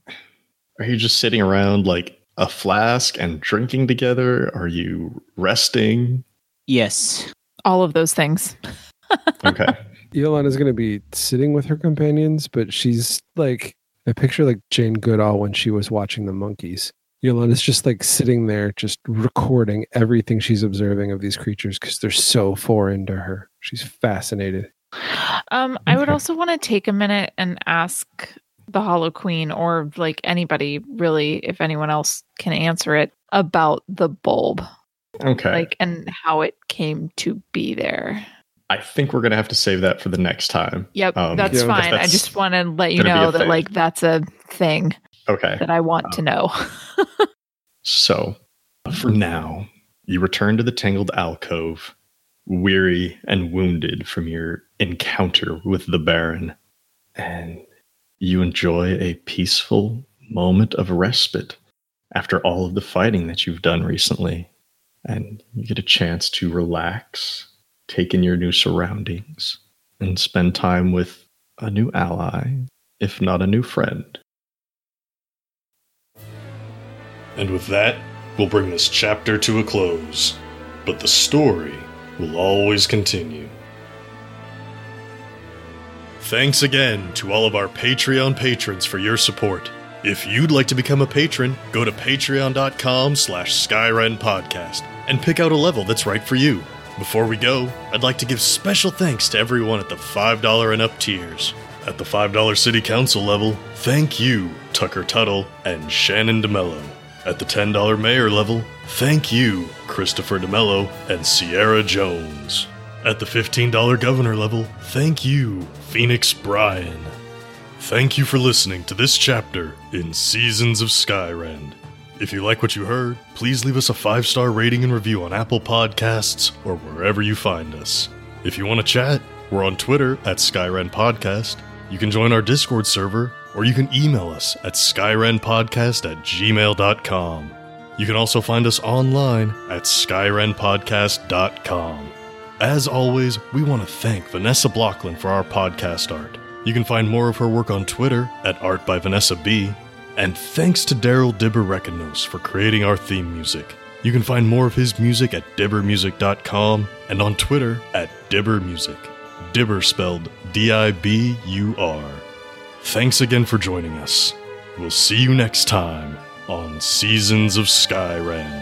S1: Are you just sitting around like a flask and drinking together? Are you resting?
S5: Yes.
S2: All of those things.
S1: Okay.
S2: (laughs)
S4: Yolana's going to be sitting with her companions, but she's like, I picture like Jane Goodall when she was watching the monkeys. Yolana's just like sitting there, just recording everything she's observing of these creatures because they're so foreign to her. She's fascinated.
S2: Um, I would
S4: Okay.
S2: also want to take a minute and ask the Hollow Queen or like anybody really, if anyone else can answer it, about the bulb,
S1: Okay.
S2: like and how it came to be there.
S1: I think we're going to have to save that for the next time.
S2: Yep,
S1: Um,
S2: that's
S4: yeah,
S2: fine. I
S1: that's
S2: just want to let you
S1: gonna be a
S2: know that
S1: thing. Um,
S2: like that's a thing
S1: Okay.
S2: that I want to know.
S1: So, for now, you return to the tangled alcove, weary and wounded from your encounter with the Baron, and you enjoy a peaceful moment of respite after all of the fighting that you've done recently. And you get a chance to relax, take in your new surroundings, and spend time with a new ally, if not a new friend. And with that, we'll bring this chapter to a close. But the story will always continue. Thanks again to all of our Patreon patrons for your support. If you'd like to become a patron, go to patreon.com slash skyrenpodcast and pick out a level that's right for you. Before we go, I'd like to give special thanks to everyone at the $5 and up tiers. At the $5 City Council level, thank you, Tucker Tuttle and Shannon DeMello. At the $10 Mayor level, thank you, Christopher DeMello and Sierra Jones. At the $15 Governor level, thank you, Phoenix Bryan. Thank you for listening to this chapter in Seasons of Skyrend. If you like what you heard, please leave us a five star rating and review on Apple Podcasts or wherever you find us. If you want to chat, we're on Twitter at Skyrend Podcast. You can join our Discord server, or you can email us at skyrenpodcast at gmail.com. You can also find us online at skyrenpodcast.com. As always, we want to thank Vanessa Blockland for our podcast art. You can find more of her work on Twitter at Art by Vanessa B. And thanks to Daryl Dibber-Rekanos for creating our theme music. You can find more of his music at dibbermusic.com and on Twitter at dibbermusic. Dibber spelled D-I-B-U-R. Thanks again for joining us. We'll see you next time on Seasons of Skyrend.